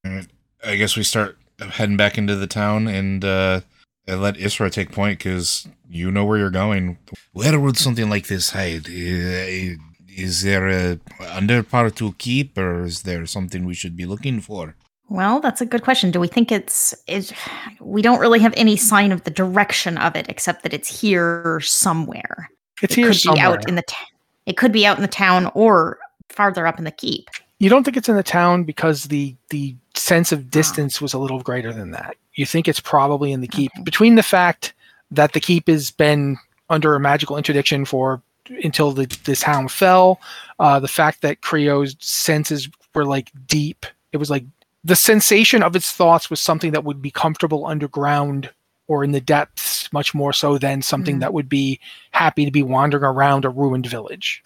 there. I guess we start heading back into the town and uh, I let Isra take point because you know where you're going. Where would something like this hide? I- Is there a underpart to keep, or is there something we should be looking for? Well, that's a good question. Do we think it's is we don't really have any sign of the direction of it except that it's here somewhere. It's it here could somewhere. be out in the t- it could be out in the town or farther up in the keep. you don't think it's in the town because the the sense of distance was a little greater than that. You think it's probably in the keep. Okay. Between the fact that the keep has been under a magical interdiction for until the, the town fell, uh, the fact that Creo's senses were like deep. It was like the sensation of its thoughts was something that would be comfortable underground or in the depths, much more so than something Mhm. that would be happy to be wandering around a ruined village.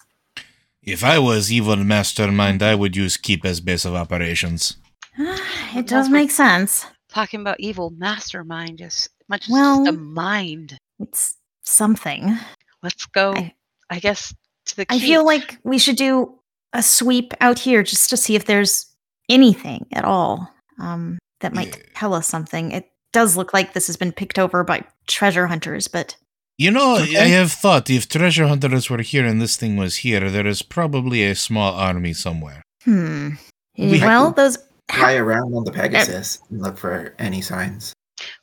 If I was evil mastermind, I would use keep as base of operations. <sighs> it does make sense. Talking about evil mastermind is much as Well- just a mind. It's something. Let's go, I, I- guess, to the I keep. feel like we should do a sweep out here just to see if there's anything at all um, that might Yeah. tell us something. It does look like this has been picked over by treasure hunters, but You know, Okay. I have thought if treasure hunters were here and this thing was here, there is probably a small army somewhere. hmm. We- well, those Fly around on the Pegasus and look for any signs.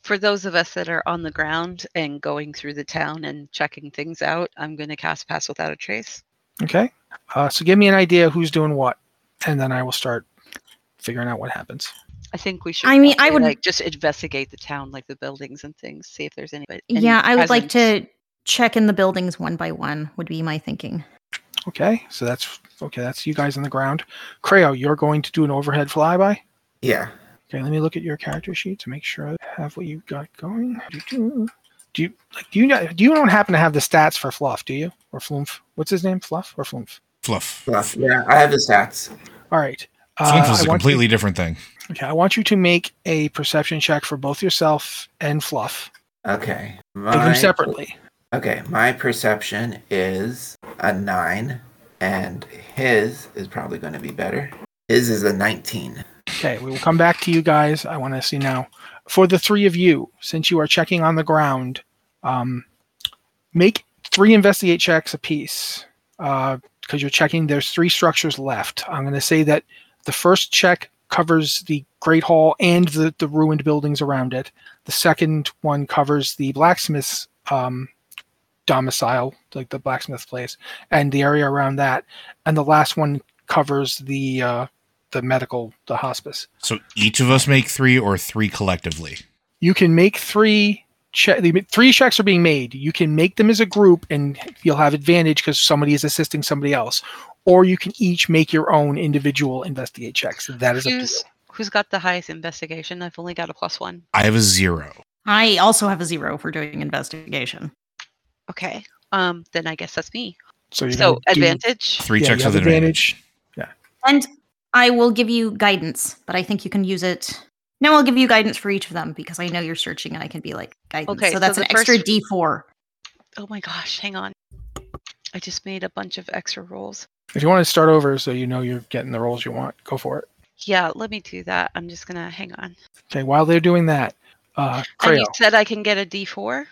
For those of us that are on the ground and going through the town and checking things out, I'm going to cast Pass Without a Trace. Okay. Uh, so give me an idea who's doing what. and then I will start figuring out what happens. I think we should. I mean, I probably, would- like just investigate the town, like the buildings and things, see if there's anybody. any yeah, I would like presence. to check in the buildings one by one. Would be my thinking. Okay, so that's okay. That's you guys on the ground. Creo, you're going to do an overhead flyby. Yeah. Okay, let me look at your character sheet to make sure I have what you got going. Do you like? Do you not- do you don't happen to have the stats for Fluff? Do you or Flumph? What's his name? Fluff or Flumph? Fluff. Plus, yeah, I have the stats. All right. Uh, Fluff I is want you- a completely different thing. okay, I want you to make a perception check for both yourself and Fluff. Okay. Make My- them separately. Okay, my perception is a nine, and his is probably going to be better. His is a 19. Okay, we will come back to you guys. I want to see now. For the three of you, since you are checking on the ground, um, make three investigate checks apiece because you're checking. There's three structures left. I'm going to say that the first check covers the Great Hall and the, the ruined buildings around it. The second one covers the blacksmith's um, domicile, like the blacksmith's place, and the area around that. And the last one covers the uh, the medical, the hospice So each of us make three or three collectively. you can make three check the three checks are being made you can make them as a group and you'll have advantage because somebody is assisting somebody else or you can each make your own individual investigate checks that is up to you. Who's who's got the highest investigation? I've only got a plus one. I have a zero. I also have a zero for doing investigation. Okay. Um. Then I guess that's me. so you're So gonna do- advantage. Three yeah, checks you have with advantage. And I will give you guidance, but I think you can use it. No, I'll give you guidance for each of them because I know you're searching and I can be like guidance. Okay, so that's so an the extra first- D4. Oh my gosh! Hang on. I just made a bunch of extra rolls. if you want to start over so you know you're getting the roles you want go for it Yeah, let me do that. I'm just gonna hang on. okay while they're doing that uh And Creo, you said I can get a D4.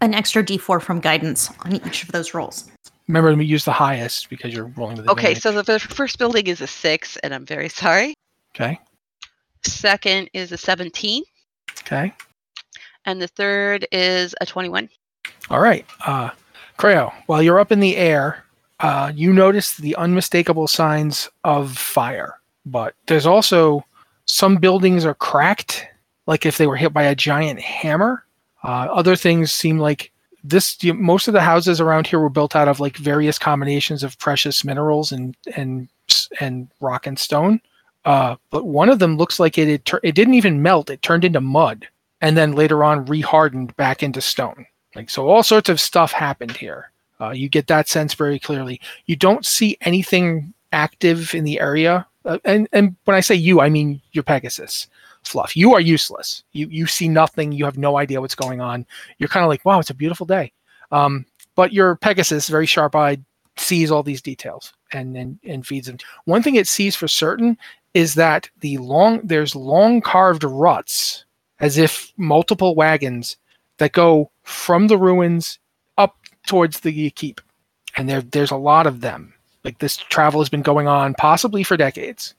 An extra D4 from guidance on each of those rolls. remember to use the highest because you're rolling with Okay, advantage. so the f- first building is a six, and I'm very sorry. okay Second is a 17, okay and the third is a 21. All right. Uh, Creo, while you're up in the air, uh, you notice the unmistakable signs of fire. But there's also some buildings are cracked, like if they were hit by a giant hammer. Uh, other things seem like this. You, most of the houses around here were built out of like various combinations of precious minerals and and and rock and stone. Uh, but one of them looks like it it, tur- it didn't even melt; it turned into mud, and then later on rehardened back into stone. Like so, all sorts of stuff happened here. Uh, you get that sense very clearly. You don't see anything active in the area, uh, and and when I say you, I mean your Pegasus, Fluff. You are useless. You you see nothing. You have no idea what's going on. You're kind of like, wow, it's a beautiful day. Um, but your Pegasus, very sharp eyed, sees all these details and and and feeds them. One thing it sees for certain is that the long there's long carved ruts, as if multiple wagons that go from the ruins up towards the keep. And there, there's a lot of them. Like this travel has been going on possibly for decades.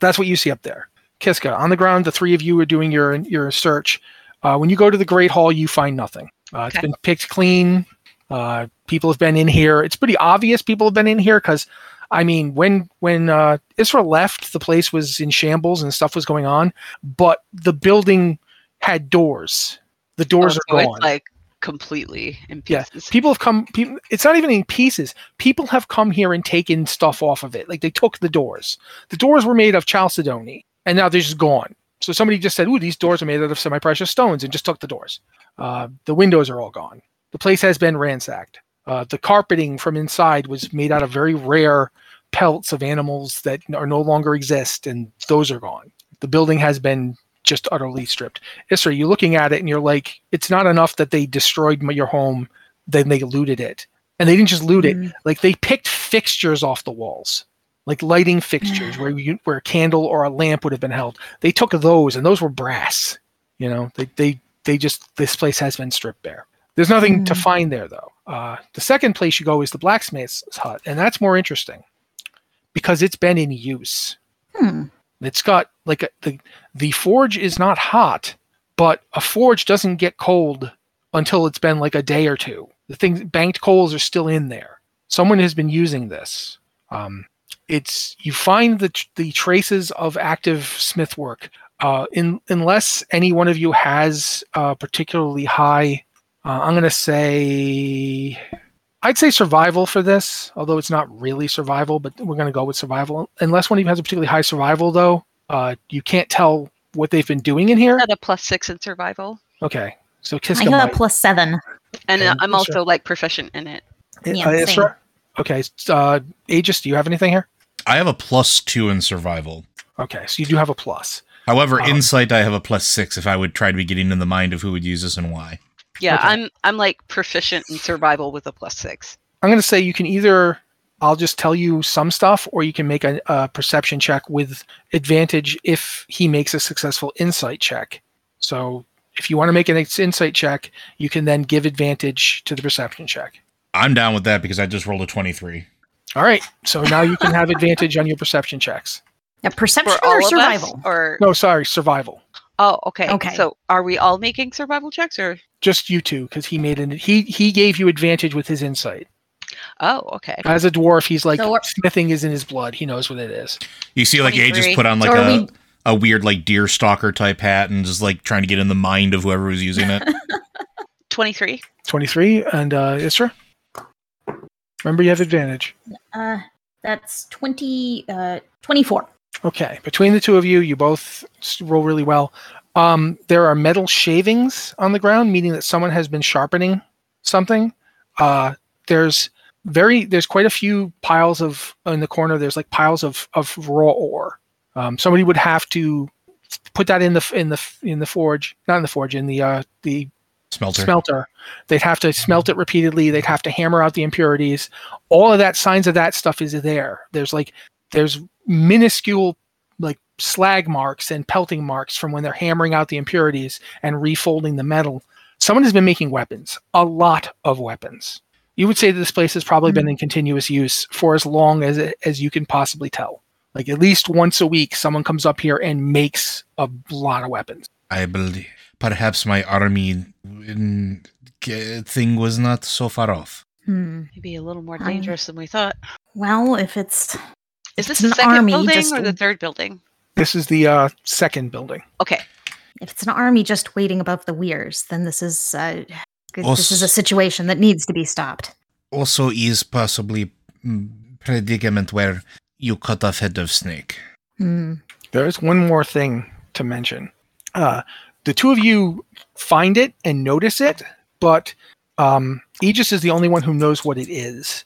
That's what you see up there. Kiska, on the ground, the three of you are doing your your search. Uh, when you go to the Great Hall, you find nothing. Uh, It's Okay. been picked clean. Uh, people have been in here. It's pretty obvious people have been in here because, I mean, when when uh, Isra left, the place was in shambles and stuff was going on. But the building had doors. The doors Oh, so are it's gone. like completely in Yeah, pieces. People have come. People, it's not even in pieces. People have come here and taken stuff off of it. Like they took the doors. The doors were made of chalcedony, and now they're just gone. So somebody just said, "Ooh, these doors are made out of semi-precious stones," and just took the doors. Uh, the windows are all gone. The place has been ransacked. Uh, the carpeting from inside was made out of very rare pelts of animals that are no longer exist, and those are gone. The building has been just utterly stripped. Isra, you're looking at it and you're like, it's not enough that they destroyed my, your home then they looted it. And they didn't just loot it; Mm. like they picked fixtures off the walls, like lighting fixtures where you, where a candle or a lamp would have been held. They took those, and those were brass. You know, they they they just this place has been stripped bare. There's nothing to Mm. find there though. Uh, the second place you go is the blacksmith's hut, and that's more interesting because it's been in use. Hmm. It's got like a, the the forge is not hot, but a forge doesn't get cold until it's been like a day or two. The things banked coals are still in there. Someone has been using this. Um, it's you find the tr- the traces of active smith work. Uh, in, unless any one of you has uh, particularly high, uh, I'm going to say, I'd say survival for this, although it's not really survival, but we're going to go with survival. Unless one of you has a particularly high survival, though, uh, you can't tell what they've been doing in here. At a plus six in survival, Okay, so I Kiska got a might. plus seven. and Okay, uh, I'm sure. also like proficient in it. Yeah, Uh, same. Isra? Okay, s- uh, Aegis, do you have anything here? I have a plus two in survival. Okay, so you do have a plus. However, Oh. insight I have a plus six if I would try to be getting in the mind of who would use this and why. Yeah, Okay. I'm I'm like proficient in survival with a plus six. I'm going to say you can either, I'll just tell you some stuff, or you can make a, a perception check with advantage if he makes a successful insight check. So if you want to make an ins- insight check, you can then give advantage to the perception check. I'm down with that because I just rolled a twenty-three. All right, so now you <laughs> can have advantage on your perception checks. Now, perception For all or of us, survival? or No, sorry, survival. oh, okay. Okay. So are we all making survival checks or Just you two, because he made an he he gave you advantage with his insight. oh, okay. As a dwarf, he's like So we're- smithing is in his blood. He knows what it is. You see, like Aegis 23. put on like So are a, we- a weird like deer stalker type hat and just like trying to get in the mind of whoever was using <laughs> it. Twenty three. Twenty three and uh, Isra. Remember, you have advantage. Uh, that's 20, uh, 24. Okay, between the two of you, you both s- roll really well. Um, there are metal shavings on the ground, meaning that someone has been sharpening something. Uh, there's very there's quite a few piles of in the corner. There's like piles of of raw ore. Um, somebody would have to put that in the f- in the f- in the forge, not in the forge, in the uh, the Smelter. smelter. They'd have to smelt it repeatedly. They'd have to hammer out the impurities. All of that signs of that stuff is there. There's like there's minuscule like slag marks and pelting marks from when they're hammering out the impurities and refolding the metal. Someone has been making weapons, a lot of weapons. You would say that this place has probably been in continuous use for as long as as you can possibly tell. Like at least once a week, someone comes up here and makes a lot of weapons. I believe perhaps my army mm, g- thing was not so far off. Hmm. Maybe a little more Um, dangerous than we thought. Well, if it's Is this an the second army, building just- or the third building? This is the uh, second building. Okay. if it's an army just waiting above the weirs, then this is uh, good- Us- this is a situation that needs to be stopped. Also, is possibly mm, predicament where you cut off head of snake. Hmm. There is one more thing to mention. Uh, the two of you find it and notice it, but um, Aegis is the only one who knows what it is.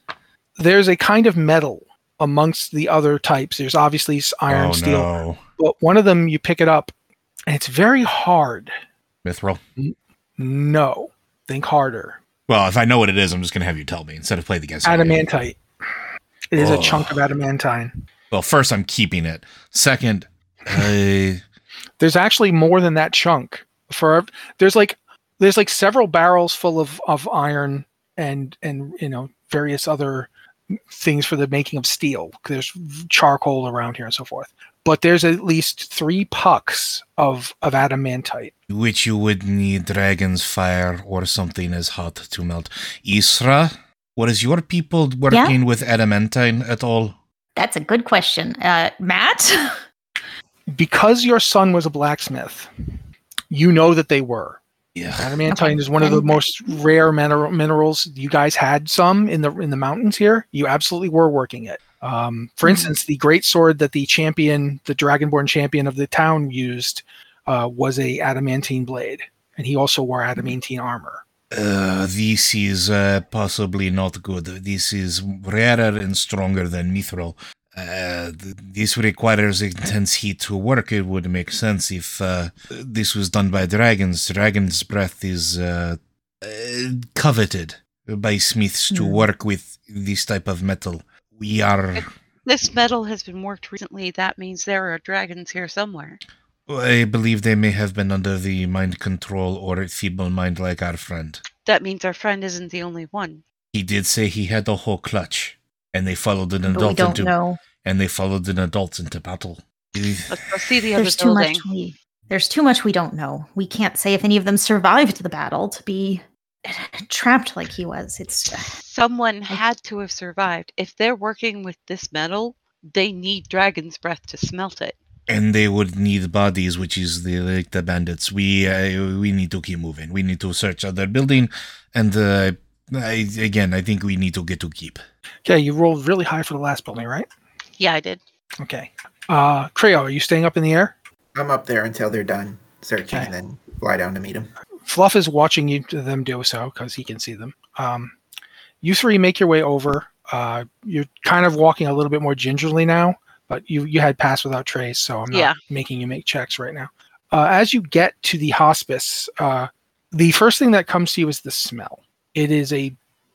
There's a kind of metal amongst the other types. There's obviously s- iron, oh steel, no! but one of them you pick it up, and it's very hard. Mithril. No, think harder. Well, if I know what it is, I'm just gonna have you tell me instead of play the guessing. game. Adamantite. It is a chunk of Ugh. adamantine. Well, first I'm keeping it. Second, I <laughs> there's actually more than that chunk for ev- there's like there's like several barrels full of of iron and and you know various other things for the making of steel there's charcoal around here and so forth but there's at least three pucks of of adamantite which you would need dragon's fire or something as hot to melt. Isra, what is your people working with adamantine at all? That's a good question, uh, Matt. <laughs> because your son was a blacksmith you know that they were Yeah. adamantine Okay. is one of the And- most rare mineral, minerals you guys had some in the in the mountains here you absolutely were working it um, for Mhm. instance the great sword that the champion the dragonborn champion of the town used uh, was a adamantine blade and he also wore adamantine armor Uh, this is uh, possibly not good. This is rarer and stronger than mithril. Uh, th- this requires intense heat to work. It would make sense if uh, this was done by dragons. Dragon's breath is uh, uh, coveted by smiths to Hmm. work with this type of metal. We are This metal has been worked recently. That means there are dragons here somewhere. I believe they may have been under the mind control or a feeble mind like our friend. That means our friend isn't the only one. He did say he had a whole clutch, and they followed an but we adult don't into know. and they followed an adult into battle. Let's go see the There's other too building. much we. There's too much we don't know. We can't say if any of them survived the battle to be <laughs> trapped like he was. It's uh, Someone had to have survived. If they're working with this metal, They need dragon's breath to smelt it. and they would need bodies, which is the like the bandits. We uh, we need to keep moving. We need to search other building, and uh, I, again, I think we need to get to keep. Okay, you rolled really high for the last building, right? Yeah, I did. Okay. Uh, Creo, are you staying up in the air? I'm up there until they're done searching Okay. and then fly down to meet them. Fluff is watching you them do so because he can see them. Um, you three make your way over. Uh, you're kind of walking a little bit more gingerly now, but you you had pass without trace, so I'm not Yeah. making you make checks right now. Uh, as you get to the hospice, uh, the first thing that comes to you is the smell. It is a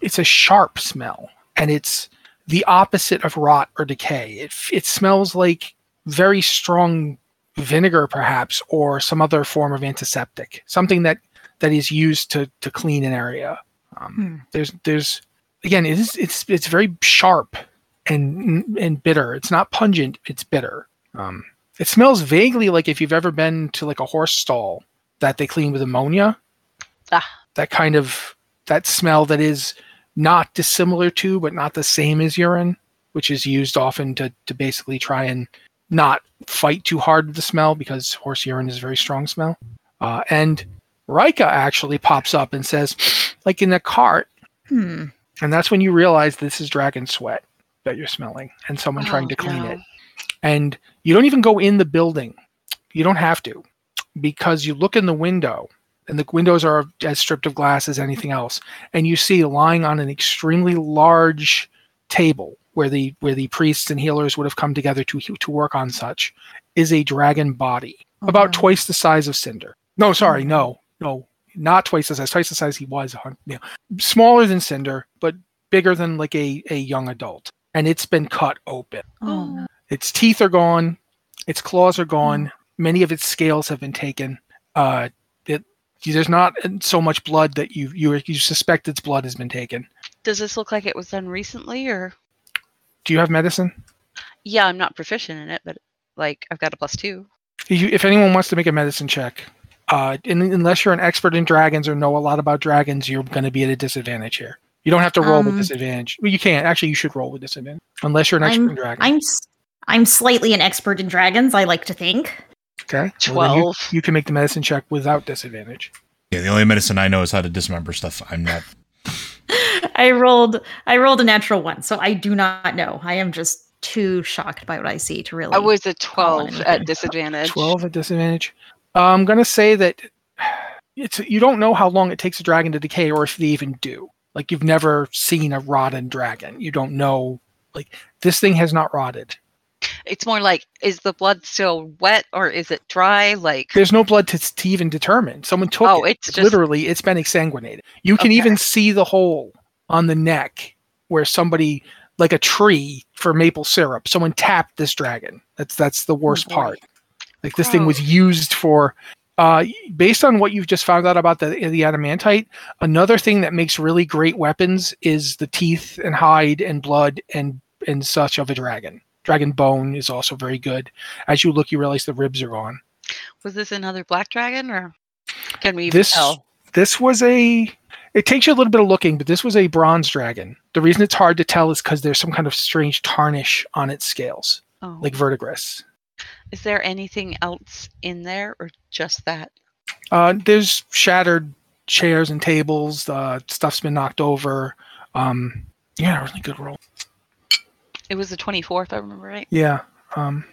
it's a sharp smell, and it's the opposite of rot or decay. It f- it smells like very strong vinegar, perhaps, or some other form of antiseptic, something that that is used to to clean an area. Um, Hmm. There's there's again it is it's it's very sharp and and bitter. It's not pungent. It's bitter. Um, it smells vaguely like if you've ever been to like a horse stall that they clean with ammonia. Ah. That kind of that smell that is not dissimilar to but not the same as urine, which is used often to to basically try and not fight too hard with the smell because horse urine is a very strong smell. Uh, and Rika actually pops up and says, like in a cart, Hmm. and that's when you realize this is dragon sweat that you're smelling and someone trying Oh, to clean no. it. And you don't even go in the building. You don't have to because you look in the window and the windows are as stripped of glass as anything else and you see lying on an extremely large table where the where the priests and healers would have come together to to work on such is a dragon body Oh, about no. twice the size of Cinder. No, sorry, no, no, not twice the size. Twice the size he was. a hun- Yeah. Smaller than Cinder, but bigger than like a, a young adult. And it's been cut open. Oh, no. Its teeth are gone. Its claws are gone. Many of its scales have been taken. Uh, it, there's not so much blood that you you you suspect its blood has been taken. Does this look like it was done recently or? Do you have medicine? Yeah, I'm not proficient in it, but like I've got a plus two. If you, if anyone wants to make a medicine check, uh, and unless you're an expert in dragons or know a lot about dragons, you're going to be at a disadvantage here. You don't have to roll with Um, disadvantage. Well, you can't. Actually, you should roll with disadvantage unless you're an expert in dragons. I'm s- I'm slightly an expert in dragons. I like to think. okay. Well, then you- Twelve. you can make the medicine check without disadvantage. Yeah, the only medicine I know is how to dismember stuff. I'm not. <laughs> I rolled I rolled a natural one, so I do not know. I am just too shocked by what I see to really. I was a Colin, 12 okay. at disadvantage. 12 at disadvantage. Uh, I'm going to say that it's you don't know how long it takes a dragon to decay or if they even do. Like you've never seen a rotten dragon. You don't know like this thing has not rotted. It's more like, is the blood still wet or is it dry? Like, There's no blood to, to even determine. Someone took oh, it. it's just. literally it's been exsanguinated you can Okay. even see the hole on the neck where somebody like a tree for maple syrup someone tapped this dragon that's that's the worst boy. part like this Oh. thing was used for uh, based on what you've just found out about the, the adamantite another thing that makes really great weapons is the teeth and hide and blood and and such of a dragon dragon bone is also very good as you look you realize the ribs are gone Was this another black dragon or can we even This- tell? this was a it takes you a little bit of looking but this was a bronze dragon the reason it's hard to tell is because there's some kind of strange tarnish on its scales Oh. like verdigris is there anything else in there or just that? uh, there's shattered chairs and tables uh, stuff's been knocked over um, yeah really good roll It was the 24, if I remember right. Yeah. Um,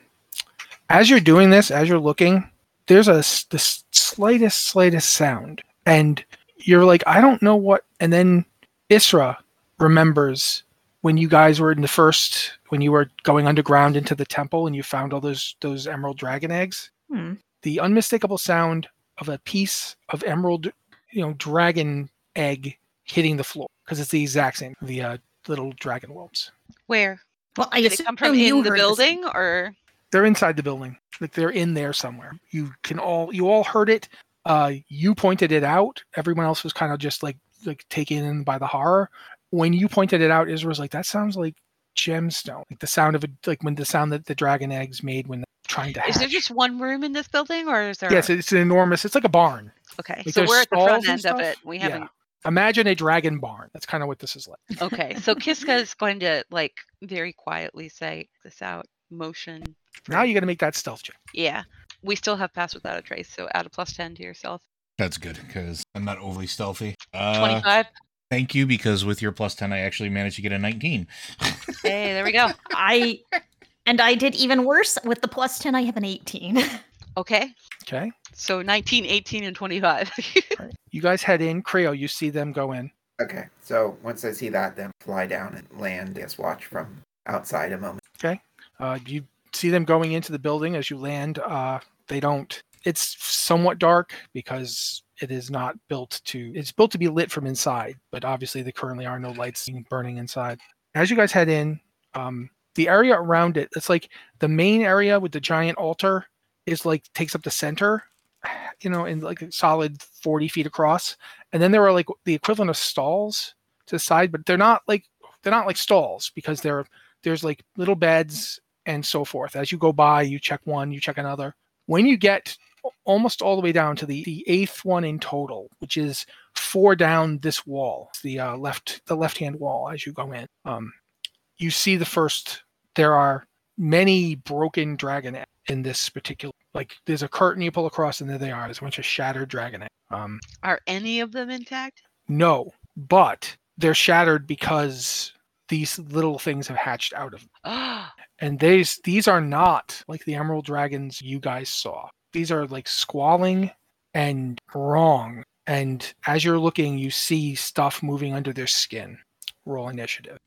as you're doing this, as you're looking, there's a s- the s- slightest, slightest sound, and you're like, I don't know what. And then Isra remembers when you guys were in the first, when you were going underground into the temple, and you found all those those emerald dragon eggs. Hmm. The unmistakable sound of a piece of emerald, you know, dragon egg hitting the floor because it's the exact same. The uh, little dragon whelps. Where? Well, I Did guess it come from in the building or? they're inside the building like they're in there somewhere you can all you all heard it uh you pointed it out everyone else was kind of just like like taken in by the horror when you pointed it out israel was like that sounds like gemstone like the sound of it like when the sound that the dragon eggs made when they're trying to hatch. Is there just one room in this building or is there? yes it's an enormous it's like a barn Okay. like so there's we're at the front stalls and end of stuff? it. We Yeah. <laughs> haven't Imagine a dragon barn. That's kind of what this is like. Okay, so Kiska is going to like very quietly say this out. Motion. Now you got to make that stealth check. Yeah, we still have pass without a trace, so add a plus ten to yourself. That's good because I'm not overly stealthy. Twenty Uh, <laughs> five. thank you because with your plus ten, I actually managed to get a 19. hey, there we go. <laughs> I and I did even worse with the plus ten. I have an eighteen. Okay, Okay. so 19, 18, and twenty five. You guys head in. Creo, you see them go in. Okay, so once I see that, then fly down and land as watch from outside a moment. Uh, you see them going into the building as you land. Uh, they don't. It's somewhat dark because it is not built to. It's built to be lit from inside, but obviously there currently are no lights being burning inside. As you guys head in, um, the area around it, it's like the main area with the giant altar is like takes up the center, <sighs> you know, in like a solid 40 feet across. And then there are like the equivalent of stalls to the side, but they're not like they're not like stalls because they're there's like little beds and so forth. As you go by, you check one, you check another. When you get a- almost all the way down to the, the eighth one in total, which is four down this wall, the uh, left the left hand wall as you go in, um, you see the first. There are many broken dragon in this particular. Like there's a curtain you pull across, and there they are. There's a bunch of shattered dragon. Um, <laughs> Are any of them intact? <gasps> no, but they're shattered because these little things have hatched out of them. Oh, And these these are not like the emerald dragons you guys saw. These are like squalling and wrong. And as you're looking, you see stuff moving under their skin. Roll initiative.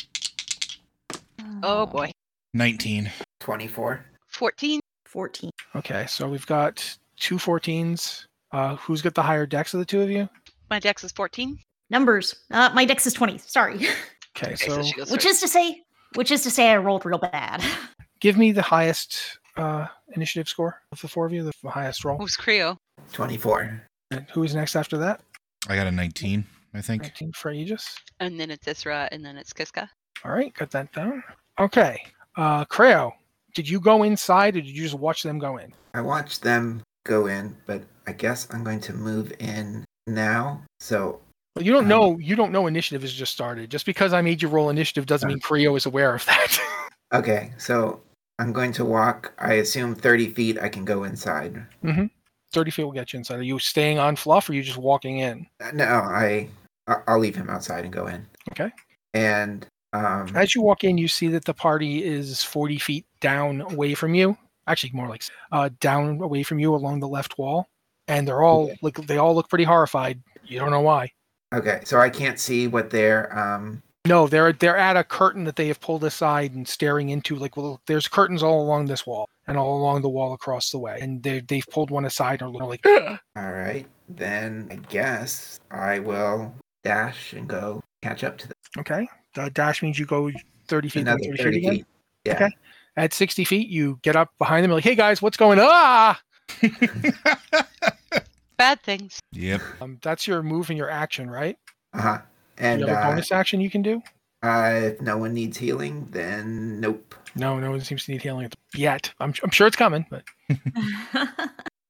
oh boy, 19. 24. fourteen. <laughs> fourteen. Okay, so we've got two 14s. Uh, who's got the higher decks of the two of you? My dex is fourteen. Numbers. Uh, my dex is twenty. Sorry, Okay, Okay, so she goes which first. is to say, which is to say, I rolled real bad. <laughs> give me the highest uh, initiative score of the four of you, the highest roll. who's Creo? 24. And who is next after that? I got a 19, I think. 19 for Aegis. And then it's Isra, and then it's Kiska. All right, got that down. Okay, uh, Creo, did you go inside or did you just watch them go in? I watched them go in, but I guess I'm going to move in now. So, Well, you don't Um, know. You don't know initiative has just started. Just because I made you roll initiative doesn't mean Creo is aware of that. <laughs> okay, so I'm going to walk. I assume 30 feet I can go inside. Thirty feet will get you inside. Are you staying on fluff or are you just walking in? Uh, No, I I- I'll leave him outside and go in. Okay. And um As you walk in, you see that the party is forty feet down away from you. Actually, more like uh, down away from you along the left wall, and they're all Okay. like they all look pretty horrified. You don't know why. okay, so I can't see what they're um No, they're they're at a curtain that they have pulled aside and staring into. Like, well, there's curtains all along this wall and all along the wall across the way, and they they've pulled one aside and are like, "Ugh." all right, then I guess I will dash and go catch up to them. okay, the dash means you go thirty feet, then Another 30 feet 30 again. feet. Yeah. Okay. At sixty feet, you get up behind them, like, hey guys, what's going? Ah, Bad things. <laughs> Yep. um, that's your move and your action, right? Uh-huh. And you have a uh, bonus action you can do. uh, if no one needs healing, then nope. No, no one seems to need healing at the- yet. I'm I'm sure it's coming, but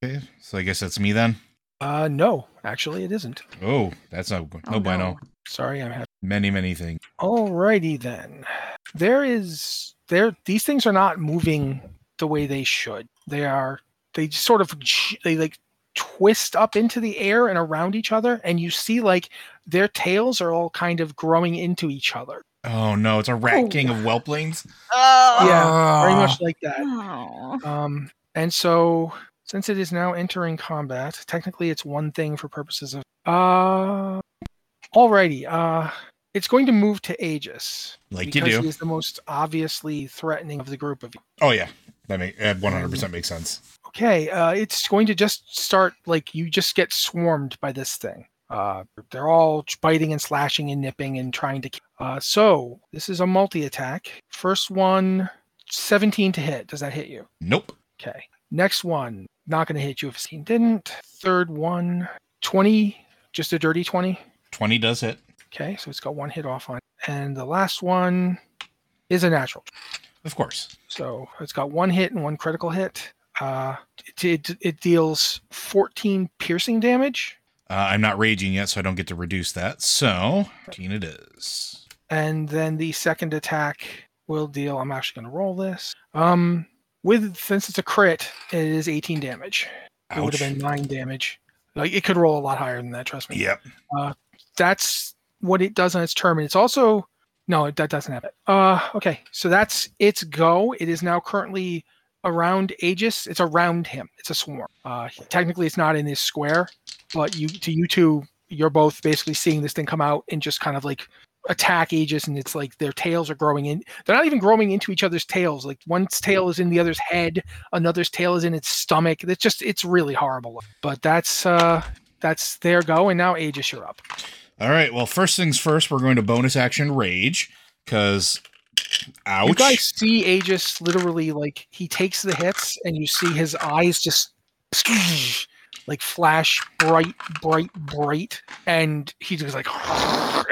Okay. So I guess that's me then. uh, no, actually, it isn't. Oh, that's not no Oh, no. bueno. Sorry, I'm Many, many things. Alrighty then. There is there these things are not moving the way they should. They are they just sort of j- they like twist up into the air and around each other and you see like their tails are all kind of growing into each other. Oh no, it's a rat Oh. king of whelplings. Oh, Yeah, Ah. Uh, Very much like that. oh. Um and so since it is now entering combat, technically it's one thing for purposes of uh alrighty, uh it's going to move to Aegis. Like you because do. he is the most obviously threatening of the group of you. Oh yeah, that make that one hundred percent makes sense. Okay, uh, it's going to just start like you just get swarmed by this thing. Uh, they're all biting and slashing and nipping and trying to. ki- Uh, so this is a multi attack. First one, 17 to hit. Does that hit you? Nope. Okay. Next one, not going to hit you if 16 didn't. Third one, 20, just a dirty 20. Twenty does hit. Okay, so it's got one hit off on. And the last one is a natural. Of course. So it's got one hit and one critical hit. Uh, it, it, it deals 14 piercing damage. Uh, I'm not raging yet, so I don't get to reduce that. So 15 it is. and then the second attack will deal. I'm actually going to roll this. Um, with since it's a crit, it is 18 damage. It would Ouch. have been nine damage. Like it could roll a lot higher than that. Trust me. Yep. That's what it does on its turn. And it's also no, that doesn't have it. Uh, okay. So that's its go. It is now currently around Aegis. It's around him. It's a swarm. Uh, technically, it's not in this square, but you to you two, you're both basically seeing this thing come out and just kind of like attack Aegis, and it's like their tails are growing in. They're not even growing into each other's tails. Like one's tail is in the other's head, another's tail is in its stomach. It's just it's really horrible. But that's uh that's their go, and now Aegis, you're up. All right. Well, first things first, we're going to bonus action rage because. Ouch. You guys see Aegis literally like he takes the hits, and you see his eyes just <sniffs> like flash bright, bright, bright, and he's just like,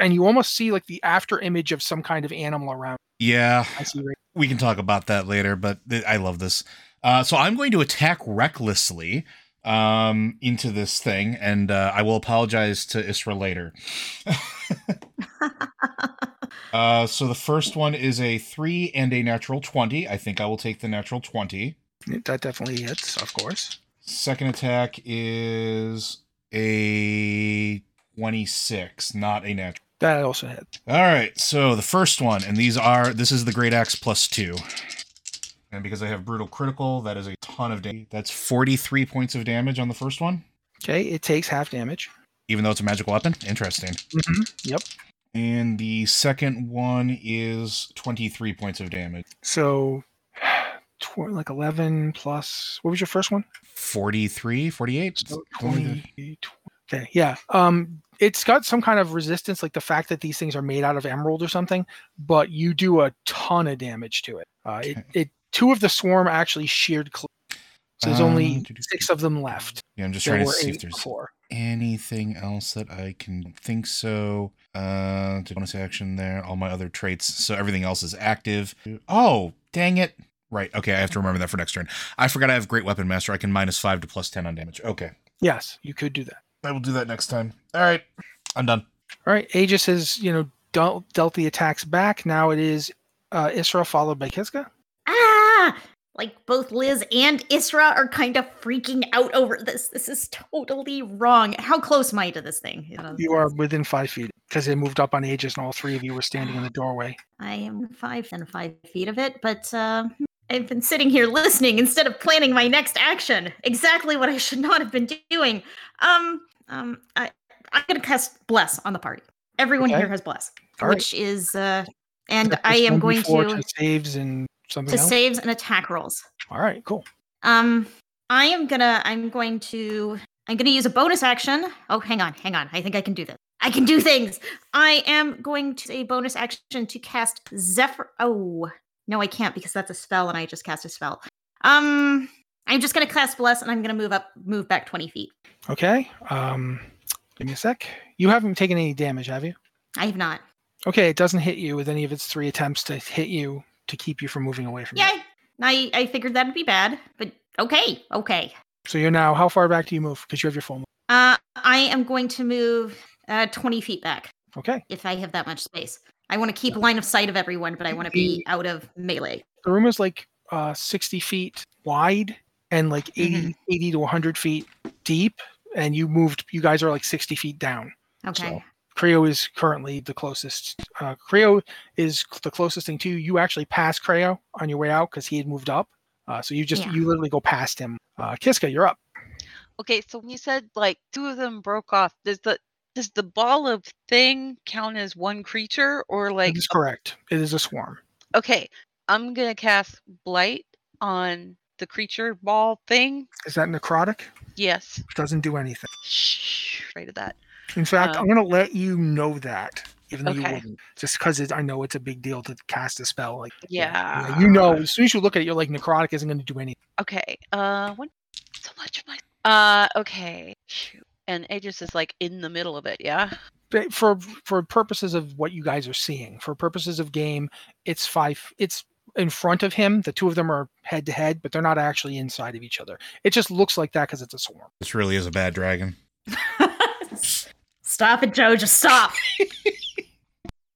<sniffs> and you almost see like the after image of some kind of animal around. yeah. I see right. we can talk about that later, but th- I love this. Uh, so I'm going to attack recklessly um, into this thing, and uh, I will apologize to Isra later. uh, so the first one is a three and a natural 20. I think I will take the natural 20. That definitely hits, of course. Second attack is a 26, not a natural. That also hits. All right, so the first one, and these are this is the Great Axe plus two, and because I have brutal critical, that is a ton of damage. That's forty-three points of damage on the first one, Okay, it takes half damage. even though it's a magic weapon. Interesting. Yep. And the second one is twenty-three points of damage. So, <sighs> tw- like 11 plus. What was your first one? 43, 48? So Only 20, the- tw- Okay, yeah. Um, it's got some kind of resistance, like the fact that these things are made out of emerald or something. But you do a ton of damage to it. Uh, it, it two of the swarm actually sheared. Cl- so there's Um, only doo-doo-doo. six of them left. Yeah, I'm just There trying were to see if eight there's before. anything else that I can think so. Uh bonus action there, all my other traits. So everything else is active. Oh, dang it. Right. Okay, I have to remember that for next turn. I forgot I have great weapon master. I can minus 5 to plus 10 on damage. Okay. Yes, you could do that. I will do that next time. All right. I'm done. All right, Aegis has you know dealt, dealt the attacks back. Now it is uh, Isra followed by Kiska. Ah! Like both Liz and Isra are kind of freaking out over this. This is totally wrong. How close am I to this thing? Um, You know, You are within five feet because they moved up on Aegis, and all three of you were standing in the doorway. I am five and five feet of it, but uh, I've been sitting here listening instead of planning my next action. Exactly what I should not have been doing. Um, um, I, I'm gonna cast bless on the party. Everyone Okay. here has bless, All right. which is uh, and That's I just am going 1d4 to saves and something to else. saves and attack rolls. all right, cool. Um, I am gonna. I'm going to. I'm gonna use a bonus action. Oh, hang on, hang on. I think I can do this. I can do things. I am going to a bonus action to cast Zephyr. Oh no, I can't because that's a spell, and I just cast a spell. Um, I'm just gonna cast Bless, and I'm gonna move up, move back 20 feet. Okay. Um, give me a sec. You haven't taken any damage, have you? I have not. Okay, it doesn't hit you with any of its three attempts to hit you to keep you from moving away from it. Yay! I I figured that'd be bad, but okay, okay. So you're now how far back do you move? Because you have your full move. Uh, I am going to move uh 20 feet back. Okay. if I have that much space. I want to keep line of sight of everyone, but I want to be out of melee. The room is like uh, 60 feet wide and like 80, 80 to 100 feet deep, and you moved. You guys are like 60 feet down. Okay. <laughs> Creo is currently the closest. Uh, Creo is cl- the closest thing to you. You actually passed Creo on your way out because he had moved up. Uh, so you just Yeah. you literally go past him. Uh, Kiska, you're up. Okay, so when you said like two of them broke off, does the does the ball of thing count as one creature or like oh. That is correct. It is a swarm. okay, I'm gonna cast blight on the creature ball thing. Is that necrotic? Yes. It doesn't do anything. Shh right of that. In fact, Um, I'm going to let you know that, even though okay. you wouldn't, just because I know it's a big deal to cast a spell. Like, Yeah. you know, as soon as you look at it, you're like, necrotic isn't going to do anything. Okay. Uh what so much of my uh okay. Shoot. And Aegis is like in the middle of it, yeah? But for for purposes of what you guys are seeing, for purposes of game, it's five. It's in front of him. The two of them are head to head, but they're not actually inside of each other. It just looks like that because it's a swarm. This really is a bad dragon. Stop it, Joe. Just <laughs> stop.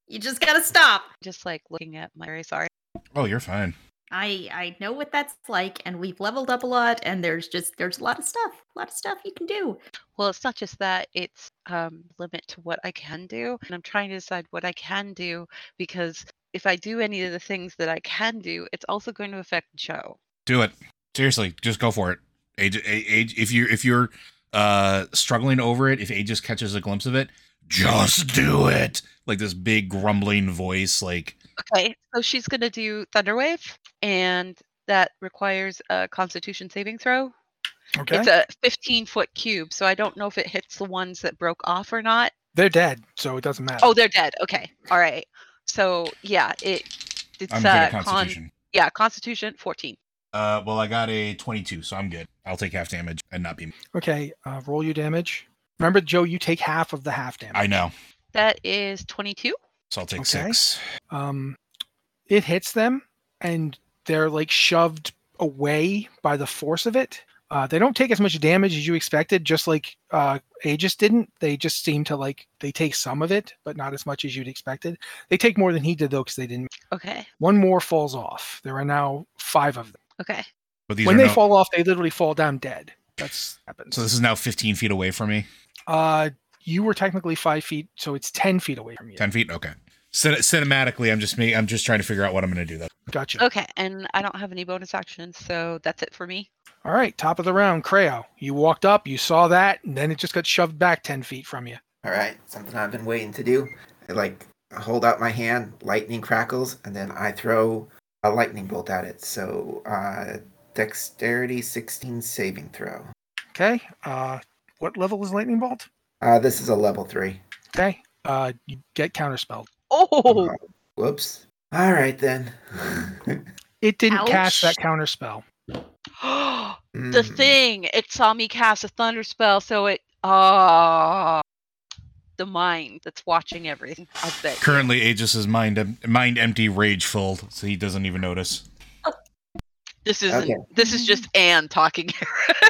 you just gotta stop. Just like looking at my very sorry. Oh, you're fine. I I know what that's like, and we've leveled up a lot, and there's just there's a lot of stuff, a lot of stuff you can do. Well, it's not just that; it's um, limit to what I can do, and I'm trying to decide what I can do because if I do any of the things that I can do, it's also going to affect Joe. Do it. Seriously, just go for it. Age, age, if you if you're uh, struggling over it, if Aegis catches a glimpse of it, just do it. Like this big grumbling voice, like Okay, so she's going to do Thunderwave, and that requires a Constitution saving throw. Okay. It's a 15 foot cube, so I don't know if it hits the ones that broke off or not. they're dead, so it doesn't matter. Oh, they're dead. Okay, all right. So yeah, it it's I'm good uh, at con- Constitution. yeah Constitution 14. uh, well, I got a 22, so I'm good. I'll take half damage and not be. Okay, uh, roll your damage. Remember, Joe, you take half of the half damage. I know, That is 22. so I'll take Okay. six. um, it hits them and they're like shoved away by the force of it. Uh, they don't take as much damage as you expected, just like uh, Aegis didn't. They just seem to like they take some of it, but not as much as you'd expected. They take more than he did though, because they didn't. Okay, One more falls off. There are now five of them. okay. But these when are they no- fall off, they literally fall down dead. That's happens. so this is now 15 feet away from me. uh, you were technically five feet, so it's ten feet away from you. 10 feet. Okay. Cin- cinematically, I'm just me. I'm just trying to figure out what I'm going to do. That Gotcha. Okay, and I don't have any bonus actions, so that's it for me. All right, top of the round, Creo. You walked up, you saw that, and then it just got shoved back 10 feet from you. All right, something I've been waiting to do. I like hold out my hand, lightning crackles, and then I throw a lightning bolt at it. So, uh, dexterity 16 saving throw. Okay. Uh, what level is Lightning Bolt? Uh, this is a level three. Okay. Uh, you get counterspelled. Oh, Uh, <laughs> whoops. All right then. <laughs> It didn't cast Ouch. that counterspell. <gasps> the Mm. thing it saw me cast a thunder spell, so it ah the mind that's watching everything. I'll say. currently, Aegis is mind em- mind empty, rage filled, so he doesn't even notice. This is Okay. not this is just Anne talking. <laughs>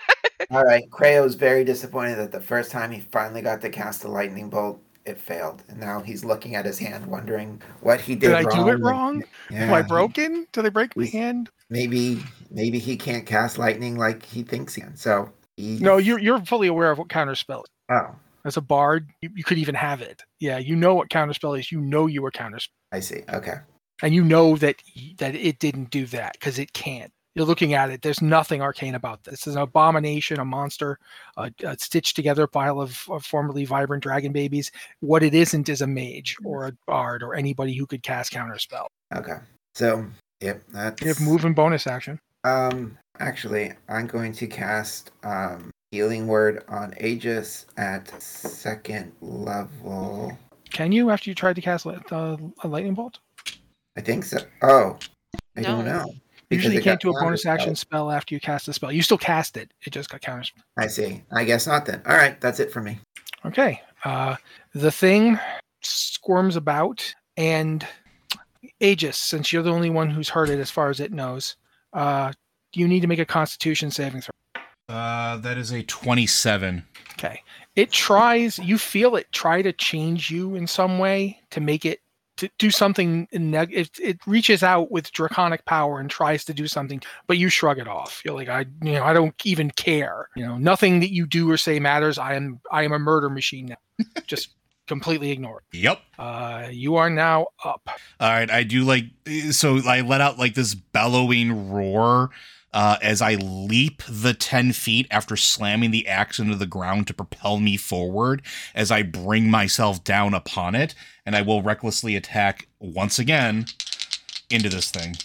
All right, Creo's very disappointed that the first time he finally got to cast the lightning bolt, it failed, and now he's looking at his hand, wondering what he did. Did I do it and- wrong? Yeah. Am I broken? Did I break my We- hand? Maybe, maybe he can't cast lightning like he thinks he can. So he No, you're, you're fully aware of what counterspell is. Oh, As a bard, you, you could even have it. Yeah, you know what counterspell is. You know you were counterspelled. I see. Okay. And you know that that it didn't do that because it can't. You're looking at it. There's nothing arcane about this. It's an abomination, a monster, a, a stitched together pile of, of formerly vibrant dragon babies. What it isn't is a mage or a bard or anybody who could cast counterspell. Okay. So, yep, that's You have move and bonus action. Um, actually, I'm going to cast um healing word on Aegis at second level. Can you after you tried to cast li- uh, a lightning bolt? I think so. Oh, I No. don't know. Usually you it can't got do a bonus counterspelled. action spell after you cast a spell. You still cast it. It just got counterspell. I see. I guess not then. All right, that's it for me. Okay. Uh, the thing squirms about, and Aegis, since you're the only one who's heard it as far as it knows, uh, you need to make a constitution saving throw. Uh, that is a 27. Okay. It tries, you feel it try to change you in some way to make it. To do something, neg- it, it reaches out with draconic power and tries to do something, but you shrug it off. You're like, I, you know, I don't even care. You know, nothing that you do or say matters. I am, I am a murder machine now. <laughs> Just completely ignore it. Yep. Uh, you are now up. All right, I do like so I let out like this bellowing roar uh, as I leap the 10 feet after slamming the axe into the ground to propel me forward as I bring myself down upon it and I will recklessly attack once again into this thing.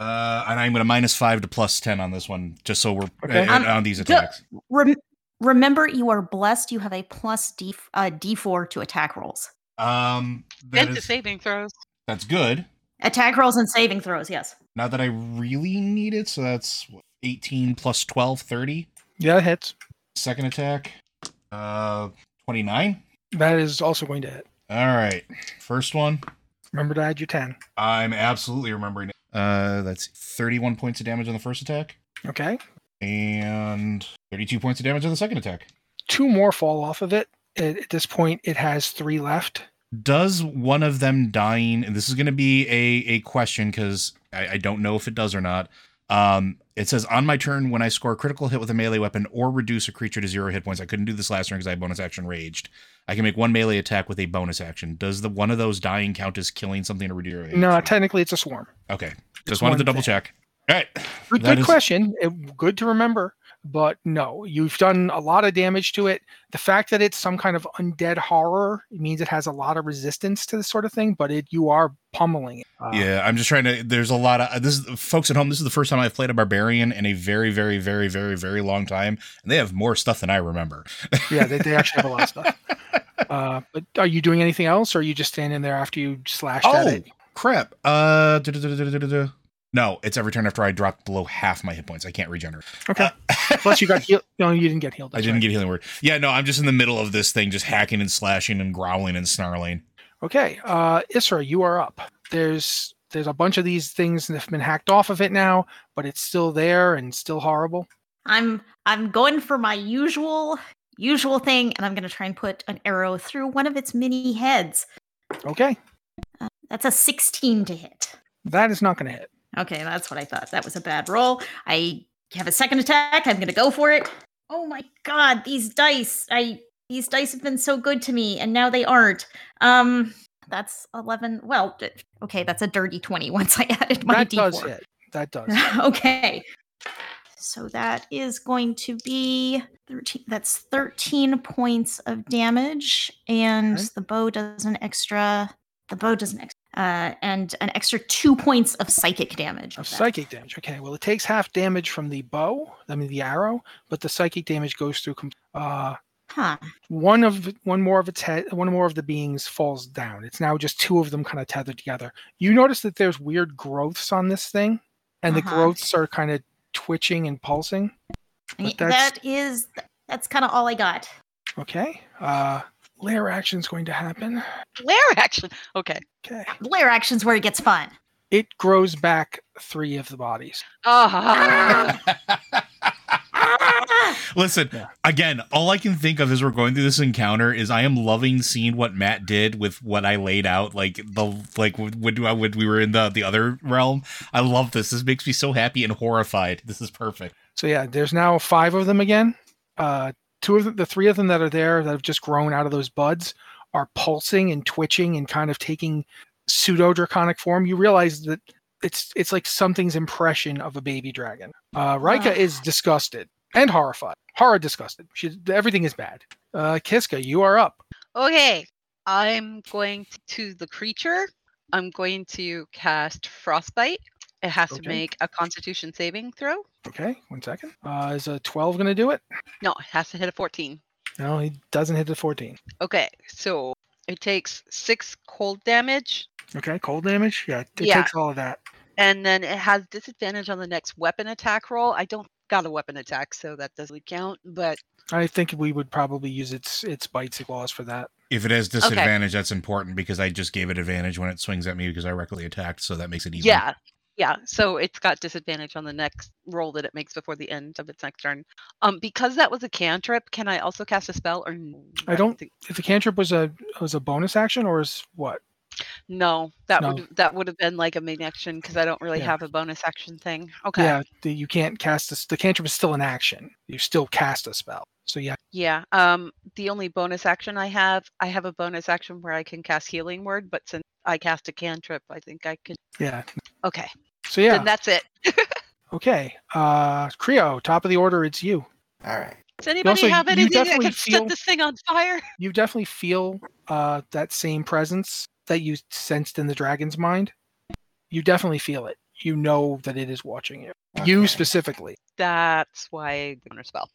Uh, and I'm going to minus 5 to plus 10 on this one just so we're Okay. uh, Um, on these go- attacks. Rem- remember, you are blessed. You have a plus D uh, D4 to attack rolls. Um that and the is, saving throws. that's good. Attack rolls and saving throws. Yes. Not that I really need it, so that's what, 18 plus 12, 30. Yeah, it hits. Second attack, uh, 29. That is also going to hit. All right. First one, Remember to add your 10. I'm absolutely remembering. it. Uh, that's 31 points of damage on the first attack Okay. and 32 points of damage on the second attack. Two more fall off of it, At, at this point, it has three left. Does one of them dying, and this is going to be a, a question because I, I don't know if it does or not. Um, it says, on my turn, when I score a critical hit with a melee weapon or reduce a creature to zero hit points, I couldn't do this last turn because I had bonus action raged. I can make one melee attack with a bonus action. Does the one of those dying count as killing something or reducing? No, technically, it's a swarm. Okay. Just wanted one to double thing. check. All right. Good, That good is- question. It- good to remember. But no, you've done a lot of damage to it. The fact that it's some kind of undead horror means it has a lot of resistance to this sort of thing. But it, you are pummeling it. Uh, Yeah, I'm just trying to. There's a lot of this. Is, folks at home, this is the first time I've played a barbarian in a very, very, very, very, very long time, and they have more stuff than I remember. <laughs> yeah, they, they actually have a lot of stuff. Uh, but are you doing anything else, or are you just standing there after you slashed at Oh it? <laughs> crap! Uh, du-du-du-du-du-du-du. no, it's every turn after I drop below half my hit points. I can't regenerate. Uh, Okay. <laughs> Plus, you got healed. No, you didn't get healed. <laughs> I that's didn't right. get healing word. Yeah, no, I'm just in the middle of this thing, just hacking and slashing and growling <laughs> and snarling. Okay, uh, Isra, you are up. There's there's a bunch of these things that have been hacked off of it now, but it's still there and still horrible. I'm I'm going for my usual usual thing, and I'm gonna try and put an arrow through one of its mini heads. Okay, That's a 16 to hit. that is not going to hit. Okay, that's what I thought. That was a bad roll. I have a second attack. I'm going to go for it. Oh my god, these dice. I these dice have been so good to me and now they aren't. Um that's 11. Well, d- okay, that's a dirty 20 <laughs> once I added my that d4. does hit. That <laughs> does. hit. okay. So that is going to be 13. That's 13 points of damage. And Okay. the bow does an extra, the bow does an extra, uh, and an extra two points of psychic damage. Of with that. psychic damage. Okay, well, it takes half damage from the bow. I mean the arrow, but the psychic damage goes through. Com- uh, Huh. one of one more of its head, one more of the beings falls down. It's now just two of them kind of tethered together. You notice that there's weird growths on this thing, and the Uh-huh. growths are kind of twitching and pulsing. Y- But that's- That is, that's kind of all I got. Okay. Uh layer action's going to happen. Lair action. Okay. Okay. Layer action's where it gets fun. It grows back three of the bodies. Ah. Ah! Listen, Yeah. again, all I can think of as we're going through this encounter is I am loving seeing what Matt did with what I laid out, like the like when, when we were in the the other realm. I love this. This makes me so happy and horrified. This is perfect. So yeah, there's now five of them again. Uh two of the, the three of them that are there that have just grown out of those buds are pulsing and twitching and kind of taking pseudo draconic form. You realize that it's it's like something's impression of a baby dragon. Uh Rika Ah. is disgusted and horrified. Horror disgusted. She everything is bad. Uh Kiska, you are up. <laughs> okay. I'm going to, to the creature. I'm going to cast frostbite. It has Okay. to make a Constitution saving throw. Okay, one second. Uh is a twelve gonna do it? No, it has to hit a 14. No, he doesn't hit the 14. Okay, so it takes six cold damage, Okay, cold damage. Yeah, it Yeah. takes all of that. and then it has disadvantage on the next weapon attack roll. I don't got a weapon attack, so that doesn't count. But I think we would probably use its its bites claws for that. If it has disadvantage, that's important because I just gave it advantage when it swings at me because I recklessly attacked, so that makes it even. yeah, yeah. So it's got disadvantage on the next roll that it makes before the end of its next turn. Um, because that was a cantrip, can I also cast a spell or? no? I don't- think If the cantrip was a was a bonus action or is what? no. That No. would that would have been like a main action because I don't really Yeah. have a bonus action thing. Okay. Yeah, the, you can't cast this. The cantrip is still an action. You still cast a spell. So yeah, Yeah. Um the only bonus action I have, I have a bonus action where I can cast healing word, but since I cast a cantrip, I think I can yeah. Okay. So yeah, Then that's it. <laughs> okay. Uh, Creo, top of the order. It's you. All right. Does anybody also, have you anything that definitely can feel- set this thing on fire? <laughs> You definitely feel uh that same presence that you sensed in the dragon's mind. You definitely feel it. You know that it is watching you. You Okay. specifically. That's why the spell.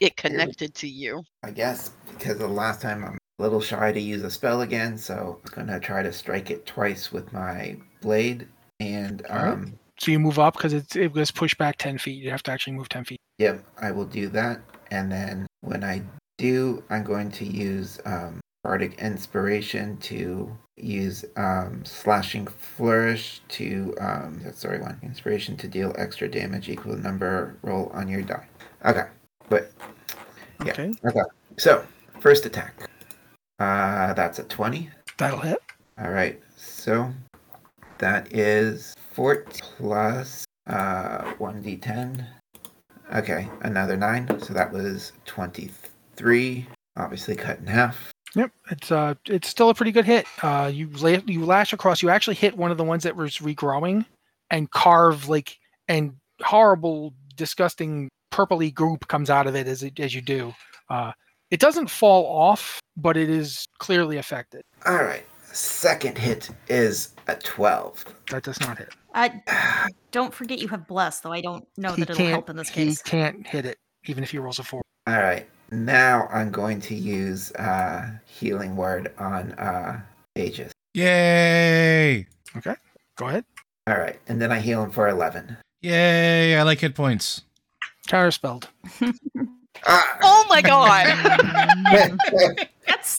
It connected to you. I guess because the last time I'm a little shy to use a spell again, so I'm gonna try to strike it twice with my blade. And All right. um, So you move up because it it was pushed back ten feet. You have to actually move ten feet. yep, I will do that. And then when I do, I'm going to use um, bardic inspiration to use um, slashing flourish to um, that's the right one. Inspiration to deal extra damage equal to number roll on your die. Okay, but Yeah. Okay. so first attack. Uh, that's a 20. That'll hit. All right. So that is 4 plus uh, 1d10. Okay, another 9. So that was 23. Obviously cut in half. Yep, it's uh, it's still a pretty good hit. Uh, you la- you lash across. You actually hit one of the ones that was regrowing, and carve like and horrible, disgusting purpley goop comes out of it as it, as you do. Uh, it doesn't fall off, but it is clearly affected. All right. Second hit is a <sighs> 12. That does not hit. Uh, don't forget you have bless, though I don't know that it'll help in this he case. can't hit it, even if he rolls a four. All right. Now I'm going to use uh, healing word on uh, Aegis. Yay! Go ahead. All right, and then I heal him for eleven. Yay! I like hit points. Counterspelled. Ah! Oh my god. <laughs> Oh, Mm, <laughs> that's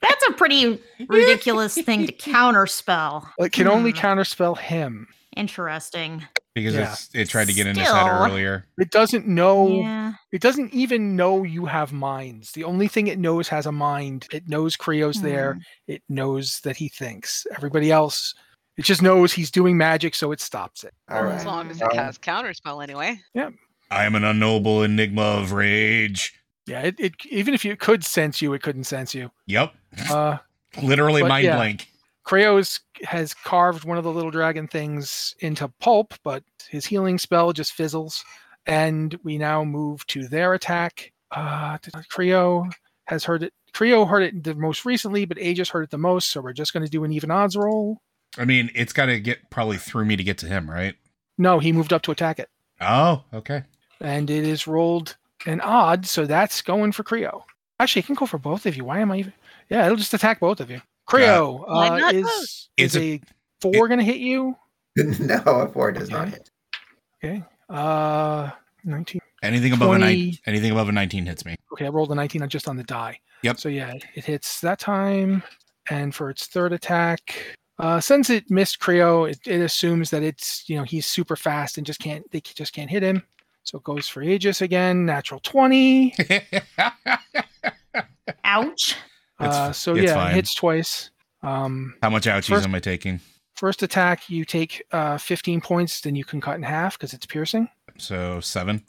that's a pretty <laughs> ridiculous thing <laughs> to counterspell. It can only Hmm. counterspell him. Interesting. Because Yeah. it's, it tried to get in his head Still. earlier. It doesn't know. Yeah. It doesn't even know you have minds. The only thing it knows has a mind. It knows Creo's there. It knows that he thinks. Everybody else, it just knows he's doing magic, so it stops it. All As right, Um, long as it has counterspell anyway. I am an unknowable enigma of rage. Yeah, it, it even if it could sense you, it couldn't sense you. Yep. Uh, Literally But mind yeah. blank. Kraos has carved one of the little dragon things into pulp, but his healing spell just fizzles. And we now move to their attack. Uh, did- Creo has heard it. Creo heard it the most recently, but Aegis heard it the most. So we're just going to do an even odds roll. I mean, it's got to get probably through me to get to him, right? No, he moved up to attack it, Oh, okay. and it is rolled an odd. So that's going for Creo. Actually, it can go for both of you. Why am I even? Yeah, it'll just attack both of you. Creo Why uh, not is It's is a- a, four going to hit you? <laughs> no, a four does not hit. Uh, nineteen. Anything above a nine, 20. anything above a nineteen hits me. <laughs> Okay, I rolled a 19 on just on the die. Yep. So yeah, it hits that time. And for its third attack, uh, since it missed Creo, it, it assumes that it's you know he's super fast and just can't they just can't hit him. So it goes for Aegis again, natural 20. Ouch. Uh, It's- so it's yeah, fine. it hits twice. Um, How much ouchies First- am I taking? first attack, you take uh, 15 points, then you can cut in half because it's piercing. So seven.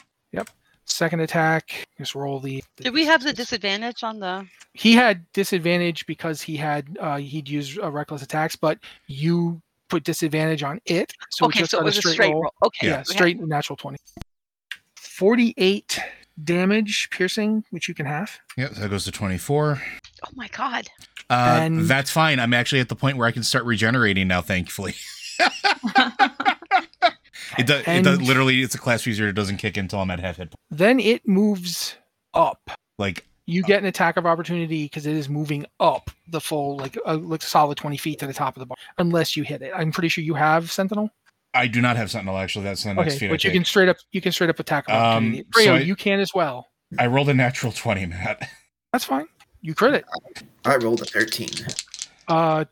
Second attack, just roll the. Did we have the disadvantage? disadvantage on the he had disadvantage because he had uh, he'd used uh, reckless attacks, but you put disadvantage on it. So Okay, just so it got was a straight, roll. Okay. Yeah, we have- straight natural twenty. Forty-eight damage piercing, which you can have. Yep, that goes to twenty-four. Oh my god. Uh, And- that's fine. I'm actually at the point where I can start regenerating now. Thankfully, <laughs> it does. It does And- literally. It's a class feature. It doesn't kick until I'm at half hit. point. Then it moves up. Like You get an attack of opportunity because it is moving up the full, like a like solid twenty feet to the top of the bar, unless you hit it. I'm pretty sure you have Sentinel. I do not have Sentinel. Actually, that's the next Okay, feat. but I, you take. can straight up you can straight up attack of Um, opportunity. so Creo, I- you can as well. I rolled a natural twenty, Matt. That's fine. You crit it. I rolled a thirteen. Uh,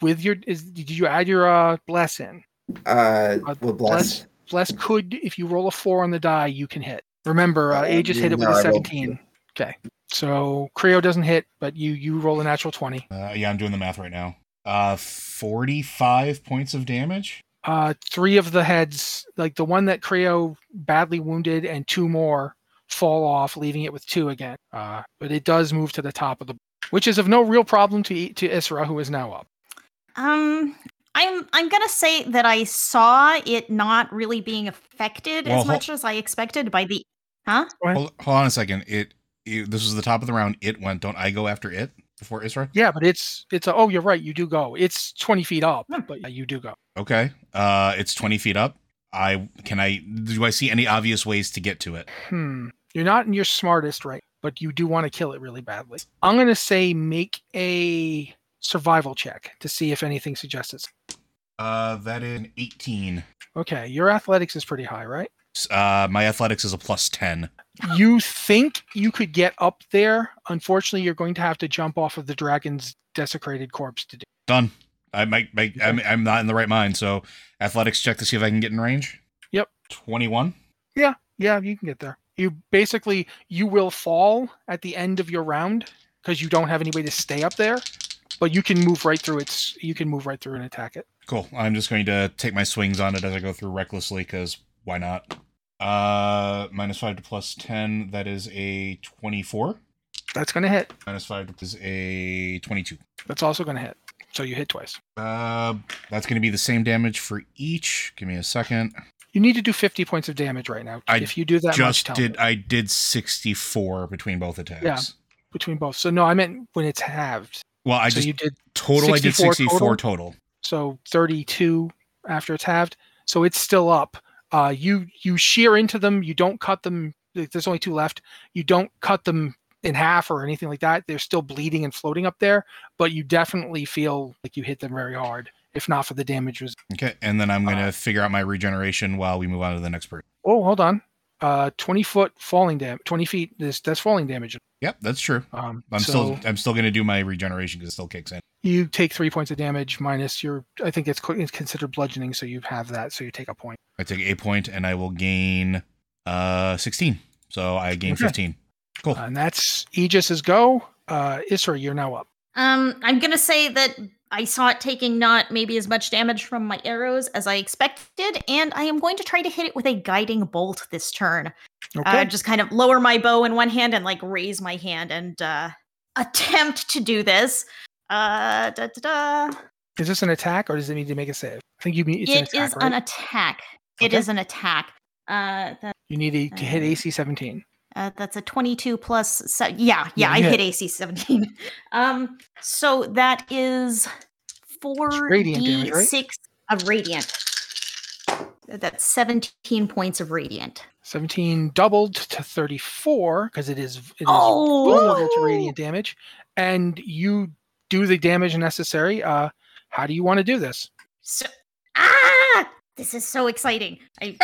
with your is did you add your uh bless in? Uh, Uh, well, bless. Bless could if you roll a four on the die, you can hit. Remember, uh, Uh, Aegis hit it with no, a I rolled seventeen. Okay, so Creo doesn't hit, but you you roll a natural twenty. Uh, yeah, I'm doing the math right now. Uh, forty-five points of damage. Uh, three of the heads, like the one that Creo badly wounded, and two more fall off, leaving it with two again. Uh, but it does move to the top of the, which is of no real problem to to Isra, who is now up. Um, I'm I'm gonna say that I saw it not really being affected Well, as hol- Uh-huh. much as I expected by the. Huh? Hold, hold on a second. It, it. This was the top of the round. It went. Don't I go after it before Isra? Yeah, but it's it's a, oh you're right, you do go. It's twenty feet up, but yeah, you do go. Okay. Uh, it's twenty feet up. I can I do I see any obvious ways to get to it? Hmm. You're not in your smartest right, but you do want to kill it really badly. I'm gonna say make a survival check to see if anything suggests it. Uh, that is an eighteen. Okay, your athletics is pretty high, right? S- Uh, my athletics is a plus ten. You think you could get up there. Unfortunately, you're going to have to jump off of the dragon's desecrated corpse to do. Done. I might. might I'm, I'm not in the right mind. So athletics check to see if I can get in range. Yep. Twenty-one. Yeah, yeah, you can get there. You basically you will fall at the end of your round because you don't have any way to stay up there. But you can move right through its. You can move right through and attack it. Cool. I'm just going to take my swings on it as I go through recklessly because why not? Uh, minus five to plus ten. That is a twenty-four. That's going to hit. Minus five to is a twenty-two. That's also going to hit. So you hit twice. Uh, that's going to be the same damage for each. Give me a second. You need to do 50 points of damage right now. I if you do that much, just tell me. did I did sixty-four between both attacks. Yeah. between both. So no, I meant when it's halved. Well, I so just you did total. I did 64 sixty-four total. so 32 after it's halved. So it's still up. Uh, you you shear into them. You don't cut them. there- There's only two left. You don't cut them in half or anything like that. They're still bleeding and floating up there, but you definitely feel like you hit them very hard. If not for the damages. Okay, and then I'm Uh. gonna figure out my regeneration while we move on to the next person. Oh, hold on. Uh, 20 foot falling dam. 20 feet. This that's falling damage. Yep, that's true. Um, I'm so still I'm still gonna do my regeneration because it still kicks in. you take three points of damage minus your. I think it's, co- it's considered bludgeoning, so you have that. So you take a point. I take a point and I will gain uh sixteen. So I gain Okay. fifteen. Cool. Uh, and that's Aegis's go. Uh, Isra, you're now up. Um, I'm gonna say that I saw it taking not maybe as much damage from my arrows as I expected, and I am going to try to hit it with a guiding bolt this turn. Okay. Uh, just kind of lower my bow in one hand and like raise my hand and uh, attempt to do this. Uh, da, da, da. is this an attack or does it need to make a save? I think you mean it's an It attack, is right? an attack. It Okay. is an attack. Uh, that, you need to, to hit AC 17. uh, that's a 22 plus. Se- yeah, yeah, Yeah, I you hit. hit. AC 17. <laughs> Um, so that is four radiant damage, right? six of radiant. That's 17 points of radiant. 17 doubled to 34 because it is it is Oh! vulnerable to radiant damage, and you do the damage necessary. Uh, how do you want to do this? So, ah, this is so exciting. I,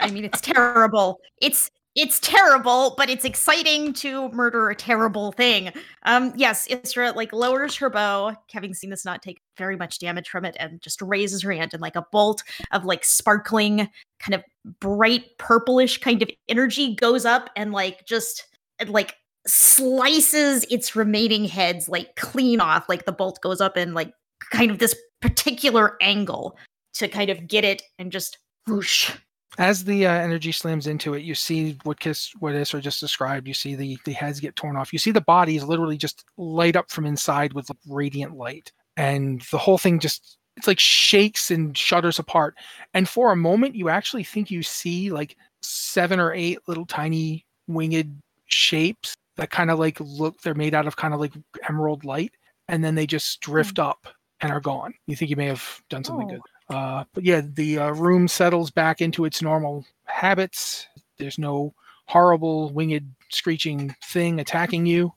I mean, it's terrible. It's it's terrible, but it's exciting to murder a terrible thing. Um, yes, Isra like lowers her bow, having seen this not take very much damage from it, and just raises her hand, and like a bolt of like sparkling, kind of bright purplish kind of energy goes up and like just and, like slices its remaining heads like clean off. Like the bolt goes up and like kind of this particular angle to kind of get it and just whoosh. As the uh, energy slams into it, you see what Kiss, what Isra just described. You see the the heads get torn off. You see the bodies literally just light up from inside with like, radiant light, and the whole thing just it's like shakes and shudders apart. And for a moment, you actually think you see like seven or eight little tiny winged shapes that kind of like look. They're made out of kind of like emerald light, and then they just drift up and are gone. You think you may have done something Oh. good. Uh, but yeah, the uh, room settles back into its normal habits. There's no horrible winged screeching thing attacking you.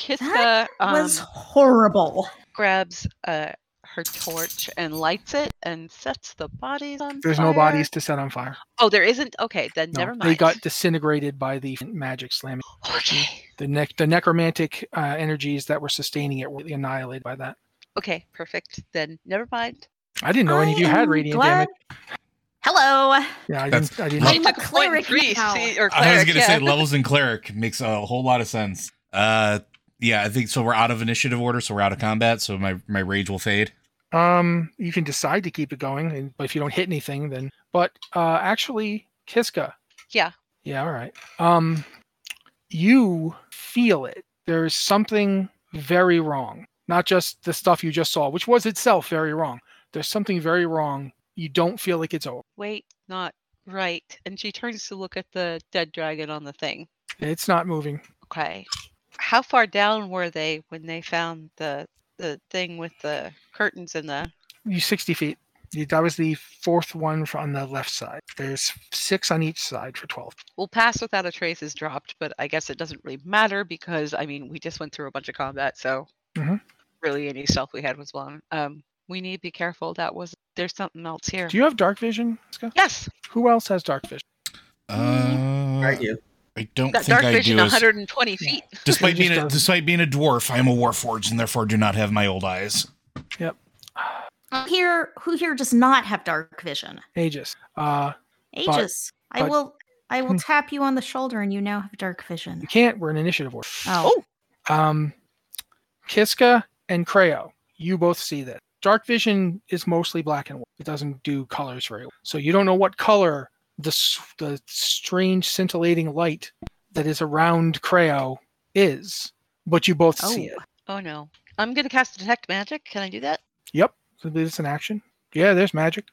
Kissa um, was horrible. grabs uh, her torch and lights it and sets the bodies on There's no fire. bodies to set on fire. Oh, there isn't? Okay, then No, never mind. They got disintegrated by the magic slamming. <laughs> Okay. The nec- the necromantic uh, energies that were sustaining it were annihilated by that. Okay, perfect. Then never mind. I didn't know any of you I had am radiant glad- damage. Hello. Yeah, I That's- didn't. I She didn't. I'm took a point in cleric Greece, now. see- or I was cleric, gonna yeah. say levels and cleric makes a whole lot of sense. Uh yeah, I think so we're out of initiative order, so we're out of combat, so my, my rage will fade. Um, you can decide to keep it going, and, but if you don't hit anything, then. But uh, actually, Kiska. Yeah. Yeah. All right. Um, you feel it. There is something very wrong. Not just the stuff you just saw, which was itself very wrong. There's something very wrong. You don't feel like it's over. Wait, not right. And she turns to look at the dead dragon on the thing. It's not moving. Okay. How far down were they when they found the the thing with the curtains and the You 60 feet. You- That was the fourth one fro- on the left side. There's six on each side for 12. well pass without a trace is dropped, but I guess it doesn't really matter because I mean we just went through a bunch of combat, so Mhm. really any stealth we had was blown. Um we need to be careful. That was there's something else here. Do you have dark vision? Ska? yes, Who else has dark vision? Uh I do. I don't that think dark I vision do. as- 120 Yeah. feet. Despite It being just a, doesn't. despite being a dwarf, I am a warforged and therefore do not have my old eyes. Who Here, who here does not have dark vision? Aegis. Uh, But- Aegis, I but- will, I will Hmm. tap you on the shoulder, and you now have dark vision. you can't. We're in initiative order. Oh, Um, Kiska and Creo, you both see that. Dark vision is mostly black and white. It doesn't do colors very well. So you don't know what color the, s- the strange scintillating light that is around Creo is, but you both see it. Oh no. I'm gonna cast detect magic. Can I do that? So it's an action. Yeah, there's magic.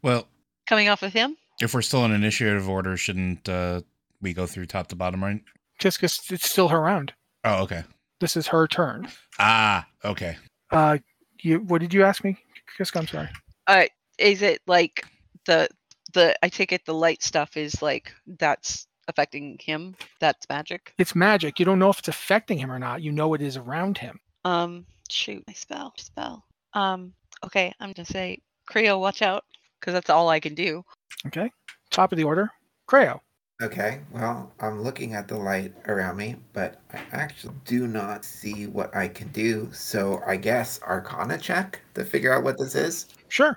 Well, Coming off of him? if we're still in initiative order, shouldn't uh, we go through top to bottom, right? Kiska, s- it's still her round. Oh, okay. This is her turn. Ah, okay. Uh, you, what did you ask me? Kiska, I'm sorry. Is it like the the I take it the light stuff is like that's affecting him? That's magic. It's magic. You don't know if it's affecting him or not. You know it is around him. Um shoot, my spell, spell. Um okay, I'm gonna say Creo, watch out, because that's all I can do. Okay. Top of the order, Creo. Okay, well, I'm looking at the light around me, but I actually do not see what I can do. So I guess Arcana check to figure out what this is. Sure.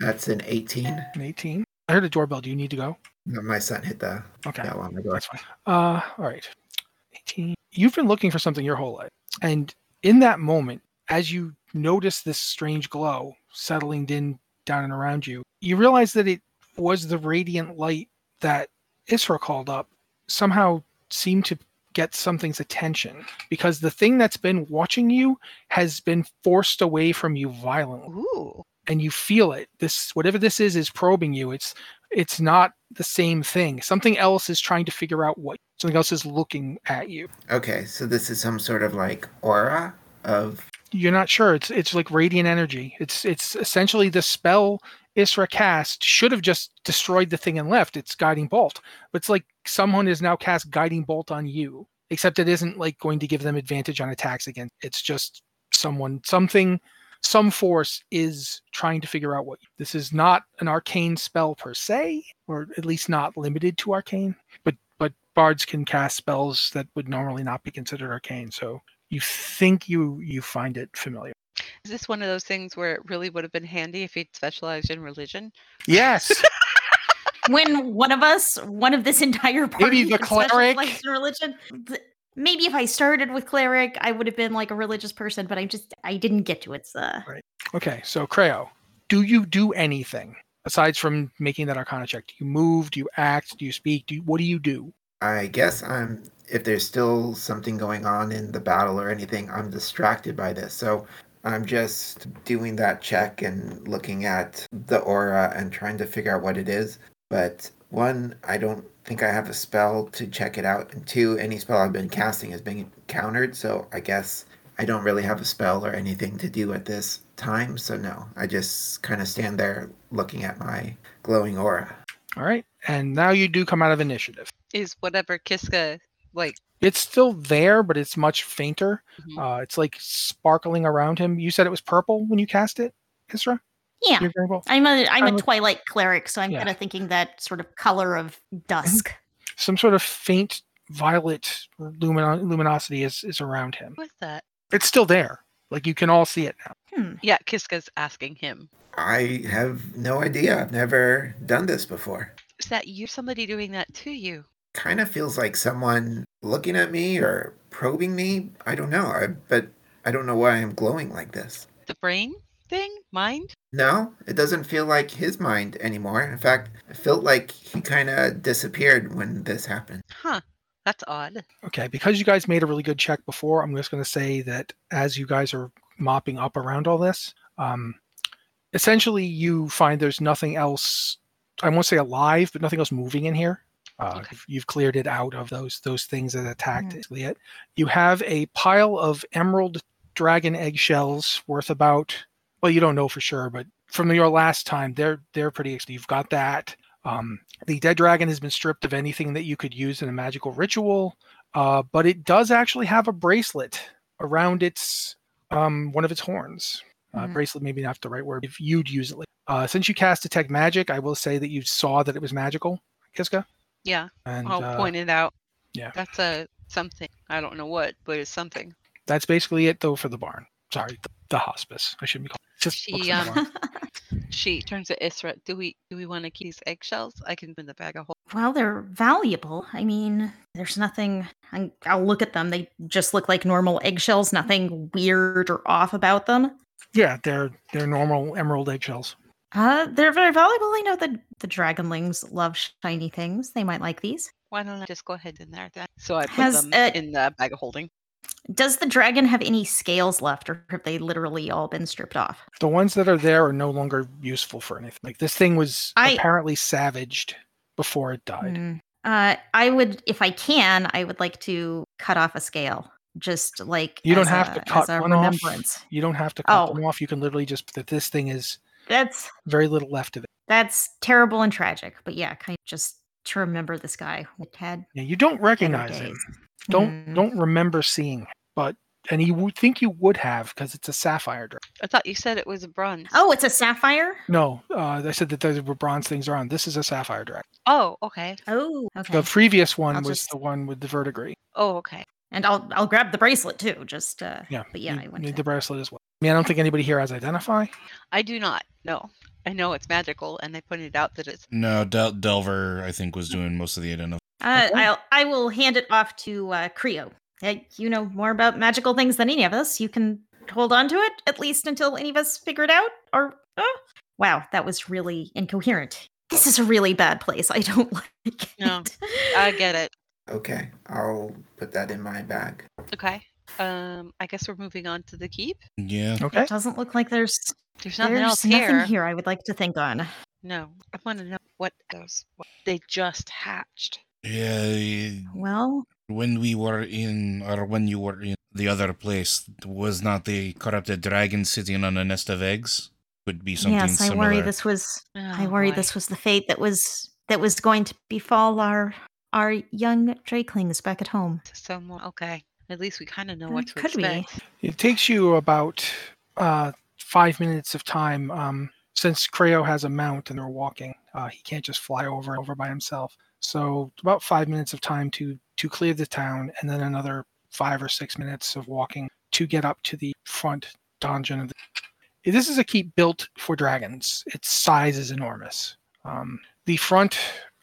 That's an 18. An 18. I heard a doorbell. Do you need to go? My son hit the Okay. bell on the door. That's fine. Uh, all right. 18. You've been looking for something your whole life. And in that moment, as you notice this strange glow settling in down and around you, you realize that it was the radiant light that Isra called up somehow seemed to get something's attention because the thing that's been watching you has been forced away from you violently Ooh. and you feel it this whatever this is is probing you it's it's not the same thing something else is trying to figure out what something else is looking at you Okay, so this is some sort of like aura of. you're not sure it's it's like radiant energy it's it's essentially the spell isra cast should have just destroyed the thing and left it's guiding bolt but it's like someone has now cast guiding bolt on you except it isn't like going to give them advantage on attacks again it's just someone something some force is trying to figure out what this is not an arcane spell per se or at least not limited to arcane but but bards can cast spells that would normally not be considered arcane so you think you you find it familiar Is this one of those things where it really would have been handy if he'd specialized in religion? yes when one of us, one of this <laughs> entire party, Maybe the is specialized cleric. in religion. Th- Maybe if I started with cleric, I would have been like a religious person, but I just I didn't get to it. So. <laughs> okay so creo do you do anything aside from making that arcana check do you move do you act do you speak do you, what do you do I guess I'm. If there's still something going on in the battle or anything, I'm distracted by this. So I'm just doing that check and looking at the aura and trying to figure out what it is. But one, I don't think I have a spell to check it out. And two, any spell I've been casting has been countered. So I guess I don't really have a spell or anything to do at this time. So no, I just kind of stand there looking at my glowing aura. all right and now you do come out of initiative Is whatever Kiska like it's still there but it's much fainter Mhm. uh, it's like sparkling around him you said it was purple when you cast it Isra? Yeah. You're very well. I'm a I'm I'm a a- twilight cleric, so I'm Yeah. kind of thinking that sort of color of dusk. some sort of faint violet lumin- luminosity is, is around him what's that? it's still there like you can all see it now Hmm. Yeah, Kiska's asking him. I have no idea. I've never done this before. Is that you somebody doing that to you? Kind of feels like someone looking at me or probing me. I don't know. I, but I don't know why I'm glowing like this. The brain thing? Mind? No, it doesn't feel like his mind anymore. In fact, it felt like he kind of disappeared when this happened. Huh. That's odd. Okay, because you guys made a really good check before, I'm just going to say that as you guys are mopping up around all this, um, essentially you find there's nothing else. I won't say alive, but nothing else moving in here. Uh, Okay. you've, you've cleared it out of those those things that attacked it. You have a pile of emerald dragon eggshells worth about. Well, you don't know for sure, but from your last time, they're they're pretty. ex- You've got that. Um, the dead dragon has been stripped of anything that you could use in a magical ritual uh, but it does actually have a bracelet around its um, one of its horns. Uh, Mm-hmm. Mhm. Bracelet, maybe not the right word. If you'd use it, later. uh, since you cast detect magic, I will say that you saw that it was magical, Kiska. Yeah. And I'll uh, Oh, point it out. yeah. That's a something. I don't know what, but it's something. that's basically it, though, for the barn. Sorry, the, the hospice. I shouldn't be called. Just books She, <laughs> in the um, barn. She turns to Isra. Do we do we want to keep these eggshells? I can put in the bag of holes. Well, they're valuable. I mean, there's nothing. I- I'll look at them. They just look like normal eggshells. Nothing weird or off about them. Yeah, they're they're normal emerald eggshells. Uh, they're very valuable. I know that the dragonlings love shiny things. They might like these. Why don't I just go ahead in there then? So I put Has them it- in the bag of holding. Does the dragon have any scales left, or have they literally all been stripped off? The ones that are there are no longer useful for anything. Like this thing was I- apparently savaged before it died. Mm. Uh, I would, if I can, I would like to cut off a scale, just like You don't as have a- to as cut a one off. remembrance. You don't have to cut Oh. them off. You can literally just that this thing is That's very little left of it. that's terrible and tragic, but yeah, kind of just to remember this guy who had Yeah, you don't better recognize him. days. Don't Mhm. don't remember seeing, him, but and you would think you would have because it's a sapphire dragon. I thought you said it was a bronze. Oh, it's a sapphire. No, uh, I said that there were bronze things around. This is a sapphire dragon. Oh, okay. Oh, okay. The previous one I'll was just- the one with the verdigris. Oh, okay. and I'll I'll grab the bracelet too. Just uh, Yeah, but yeah, you I want need to. the bracelet as well. I mean, I don't think anybody here has identify. I do not. No. I know it's magical and I pointed out that it's No, Del- Delver, I think, was doing most of the identifying. Uh, Okay. I'll I will hand it off to uh, Creo. Uh, you know more about magical things than any of us. You can hold on to it at least until any of us figure it out. Or oh, wow, that was really incoherent. This is a really bad place. I don't <laughs> like. No, it. I get it. Okay, I'll put that in my bag. Okay. Um I guess we're moving on to the keep. Yeah. Okay. Doesn't look like there's There's nothing there's else nothing here. here I would like to think on. No. I want to know what those what they just hatched. Yeah. Well, When we were in, or when you were in the other place, was not the corrupted dragon sitting on a nest of eggs? Would be something yes, I similar. worry this was I Oh, worry boy. this was the fate that was that was going to befall our our young drakelings back at home. someone okay. At least we kind of know Uh, what to could we? expect. It takes you about uh, five minutes of time. Um, since Creo has a mount and they're walking, uh, he can't just fly over over by himself. So about five minutes of time to to clear the town, and then another five or six minutes of walking to get up to the front donjon. Of the- this is a keep built for dragons. Its size is enormous. Um, the front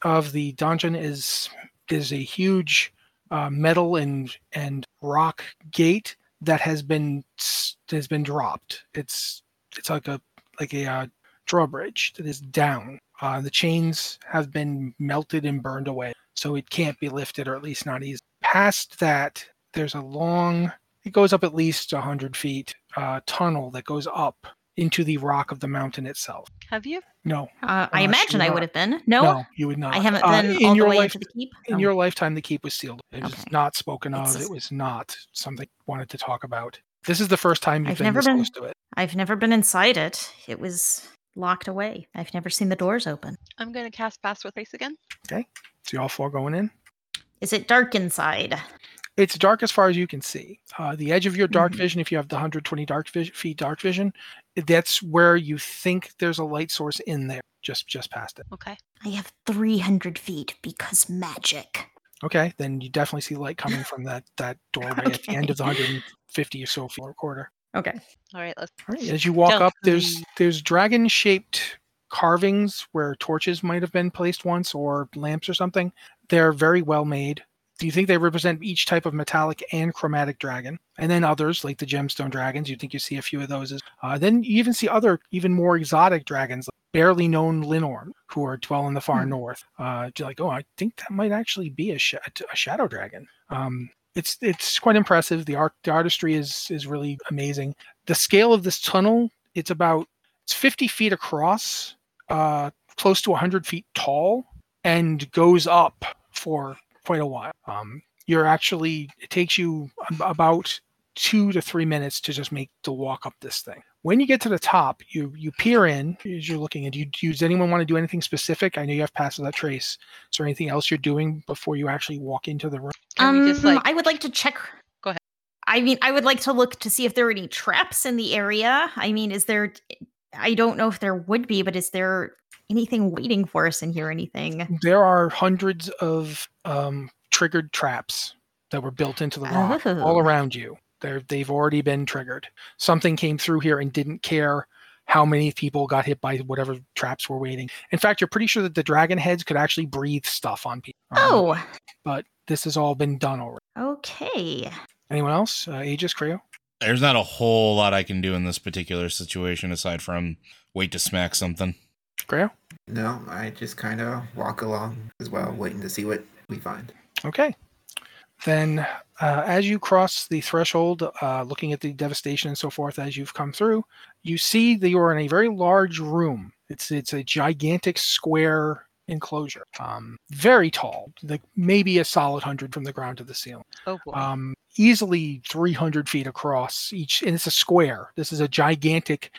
of the donjon is is a huge uh, metal and and rock gate that has been s- has been dropped. It's it's like a like a uh, drawbridge that is down. Uh, the chains have been melted and burned away, so it can't be lifted, or at least not easy. Past that, there's a long. It goes up at least hundred feet uh, tunnel that goes up into the rock of the mountain itself. Have you? No, Uh, I Unless imagine you I are- would have been. No, no, you would not. I haven't Uh, been all the way into the keep. in Oh, your lifetime the keep was sealed it was Okay. not spoken of It's just- it was not something you wanted to talk about this is the first time you've I've been never this been- close to it I've never been inside it. It was locked away. I've never seen the doors open. I'm gonna cast pass with race again. so y'all four going in Is it dark inside? it's dark as far as you can see uh, the edge of your dark Mhm. vision if you have the 120 dark vis- feet dark vision that's where you think there's a light source in there just just past it Okay. I have 300 feet because magic. okay then you definitely see light coming from that that doorway at the end <laughs> of the 150 or so feet or quarter Okay. All right. Let's. All right, As you walk up, there's Stealthily. there's dragon shaped carvings where torches might have been placed once or lamps or something. They're very well made. Do you think they represent each type of metallic and chromatic dragon? And then others, like the gemstone dragons, you think you see a few of those. As, uh, then you even see other, even more exotic dragons, like barely known Linorm, who are dwell in the far Hmm. north. Uh, you're like, oh, I think that might actually be a, sh- a shadow dragon. Um, it's it's quite impressive. The art, the artistry is is really amazing the scale of this tunnel it's about it's 50 feet across uh, close to 100 feet tall and goes up for quite a while um, you're actually it takes you ab- about two to three minutes to just make to walk up this thing when you get to the top you you peer in as you're looking and you do- does anyone want to do anything specific i know you have passed without trace is there anything else you're doing before you actually walk into the room Can we just Um, like I would like to check. Go ahead. I mean, I would like to look to see if there are any traps in the area. I mean, is there. I don't know if there would be, but is there anything waiting for us in here? Anything? there are hundreds of um, triggered traps that were built into the rock all Oh. around you. They're, they've already been triggered. Something came through here and didn't care how many people got hit by whatever traps were waiting. In fact, you're pretty sure that the dragon heads could actually breathe stuff on people. Um, Oh, But this has all been done already. okay. Anyone else? Uh, Aegis, Creo? There's not a whole lot I can do in this particular situation aside from wait to smack something. Creo? No, I just kind of walk along as well, waiting to see what we find. Okay. Then, uh, as you cross the threshold, uh, looking at the devastation and so forth, as you've come through, you see that you are in a very large room. It's it's a gigantic square enclosure, um, very tall, like maybe a solid hundred from the ground to the ceiling, Oh boy. um, easily 300 feet across each, and it's a square. This is a gigantic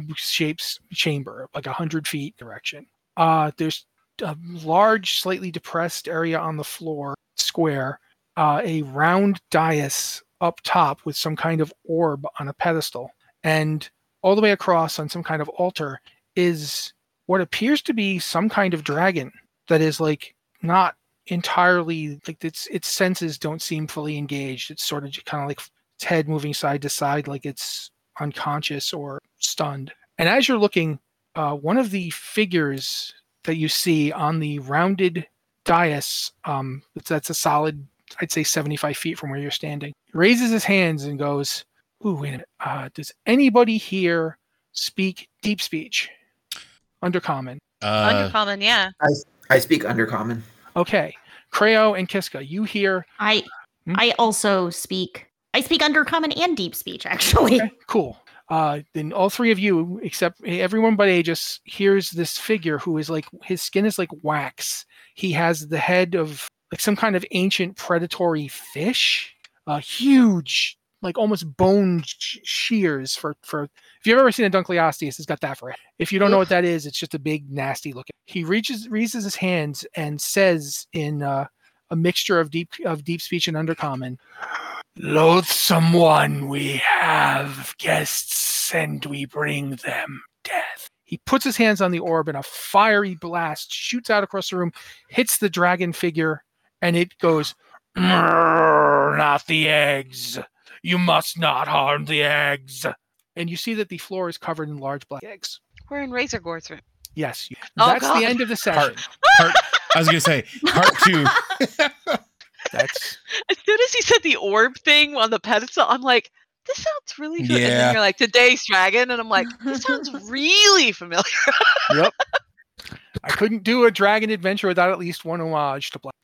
cube-shaped chamber, like hundred feet direction. Uh, there's a large, slightly depressed area on the floor, square, uh, a round dais up top with some kind of orb on a pedestal. And all the way across on some kind of altar is what appears to be some kind of dragon that is like not entirely like its its senses don't seem fully engaged. It's sort of kind of like its head moving side to side like it's unconscious or stunned. And as you're looking, uh, one of the figures that you see on the rounded dais um, that's- that's a solid i'd say 75 feet from where you're standing raises his hands and goes ooh wait a minute uh, does anybody here speak deep speech undercommon Uh, Undercommon, yeah. I speak undercommon. okay creo and kiska you hear I Hmm? I also speak. I speak undercommon and deep speech, actually. okay, cool uh, then all three of you except everyone but aegis hears this figure who is like his skin is like wax he has the head of like some kind of ancient predatory fish uh, huge like almost bone sh- shears for for if you've ever seen a dunkleosteus it's got that for it if you don't know what that is it's just a big nasty looking he reaches raises his hands and says in uh, a mixture of deep of deep speech and undercommon loathsome one we have guests and we bring them death he puts his hands on the orb and a fiery blast shoots out across the room hits the dragon figure and it goes "Mrrr, not the eggs you must not harm the eggs and you see that the floor is covered in large black eggs We're in Razor Gore's <laughs> room. yes you- Oh, that's God. the end of the session part, part, I was gonna say part <laughs> two. that's As soon as he said the orb thing on the pedestal, I'm like, this sounds really good. And Yeah. then you're like, today's dragon. And I'm like, <laughs> this sounds really familiar. <laughs> yep i couldn't do a dragon adventure without at least one homage to black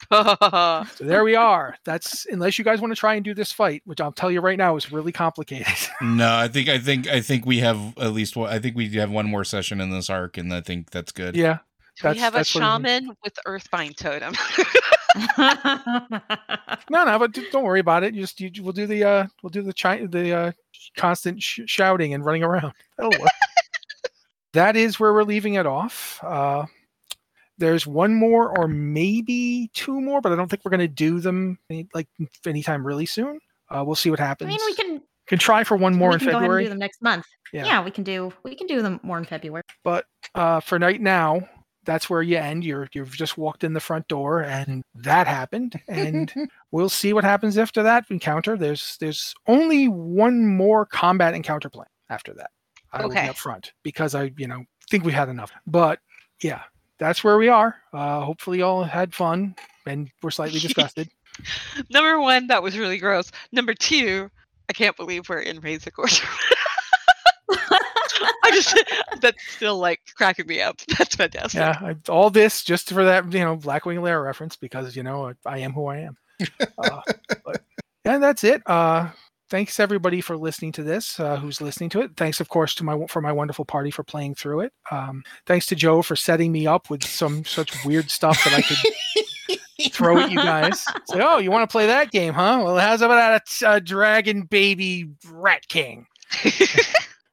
So there we are. That's unless you guys want to try and do this fight, which I'll tell you right now is really complicated. <laughs> No, I think I think I think we have at least one. I think we have one more session in this arc, and I think that's good. yeah. we That's- have a that's what it is. shaman with earthbind totem. <laughs> No, no, but d- don't worry about it. You just you, we'll do the uh we'll do the chi- the uh, constant sh- shouting and running around. That'll work. that is where we're leaving it off. Uh, there's one more or maybe two more, but I don't think we're gonna do them any, like anytime really soon. Uh, we'll see what I happens. mean, we can Can try for one more we in can go ahead and February. do them next month. Yeah. Yeah. we can do we can do them more in February. But uh, for night now, that's where you end. You're you've just walked in the front door, and that happened. And we'll see what happens after that encounter. There's there's only one more combat encounter plan after that. I will be Okay. up front because I you know think we had enough. But yeah, that's where we are. Uh, hopefully, you all had fun and were slightly disgusted. Number one, that was really gross. Number two, I can't believe we're in Razor Gore's room. <laughs> I just, that's still like cracking me up. That's <laughs> fantastic. yeah, I, all this just for that you know Blackwing Lair reference because you know I, I am who I am. Uh, but, and that's it. Uh, thanks everybody for listening to this. Uh, who's listening to it? Thanks, of course, to my for my wonderful party for playing through it. Um, thanks to Joe for setting me up with some such weird stuff that I could throw at you guys. Say, oh, you want to play that game, huh? Well, how's about a, a dragon baby rat king? <laughs>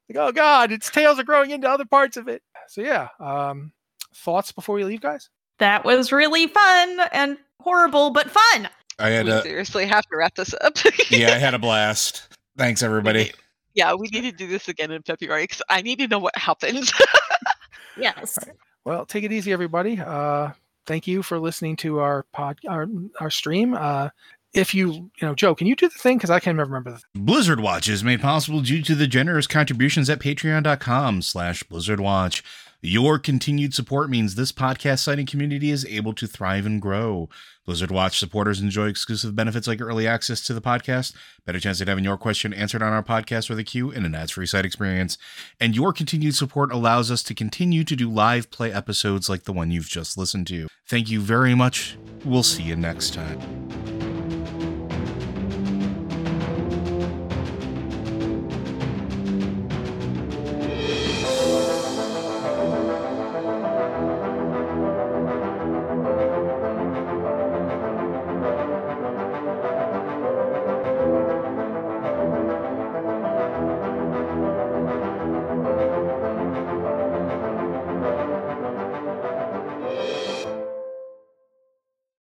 Like, oh God, its tails are growing into other parts of it. So yeah. Um, thoughts before we leave, guys? <laughs> That was really fun and horrible, but fun. I had we a seriously have to wrap this up. uh, yeah, I had a blast. Thanks everybody. <laughs> Yeah, we need to do this again in February because I need to know what happens. Yes. Well, take it easy, everybody. Uh, thank you for listening to our pod, our, our stream. Uh, if you, you know, Joe, can you do the thing? Because I can't remember the Blizzard Watch is made possible due to the generous contributions at patreon.com slash Blizzard Watch. Your continued support means this podcast sighting community is able to thrive and grow. Blizzard Watch supporters enjoy exclusive benefits like early access to the podcast, better chance at having your question answered on our podcast or the queue, and an ads-free site experience. And your continued support allows us to continue to do live play episodes like the one you've just listened to. Thank you very much. We'll see you next time.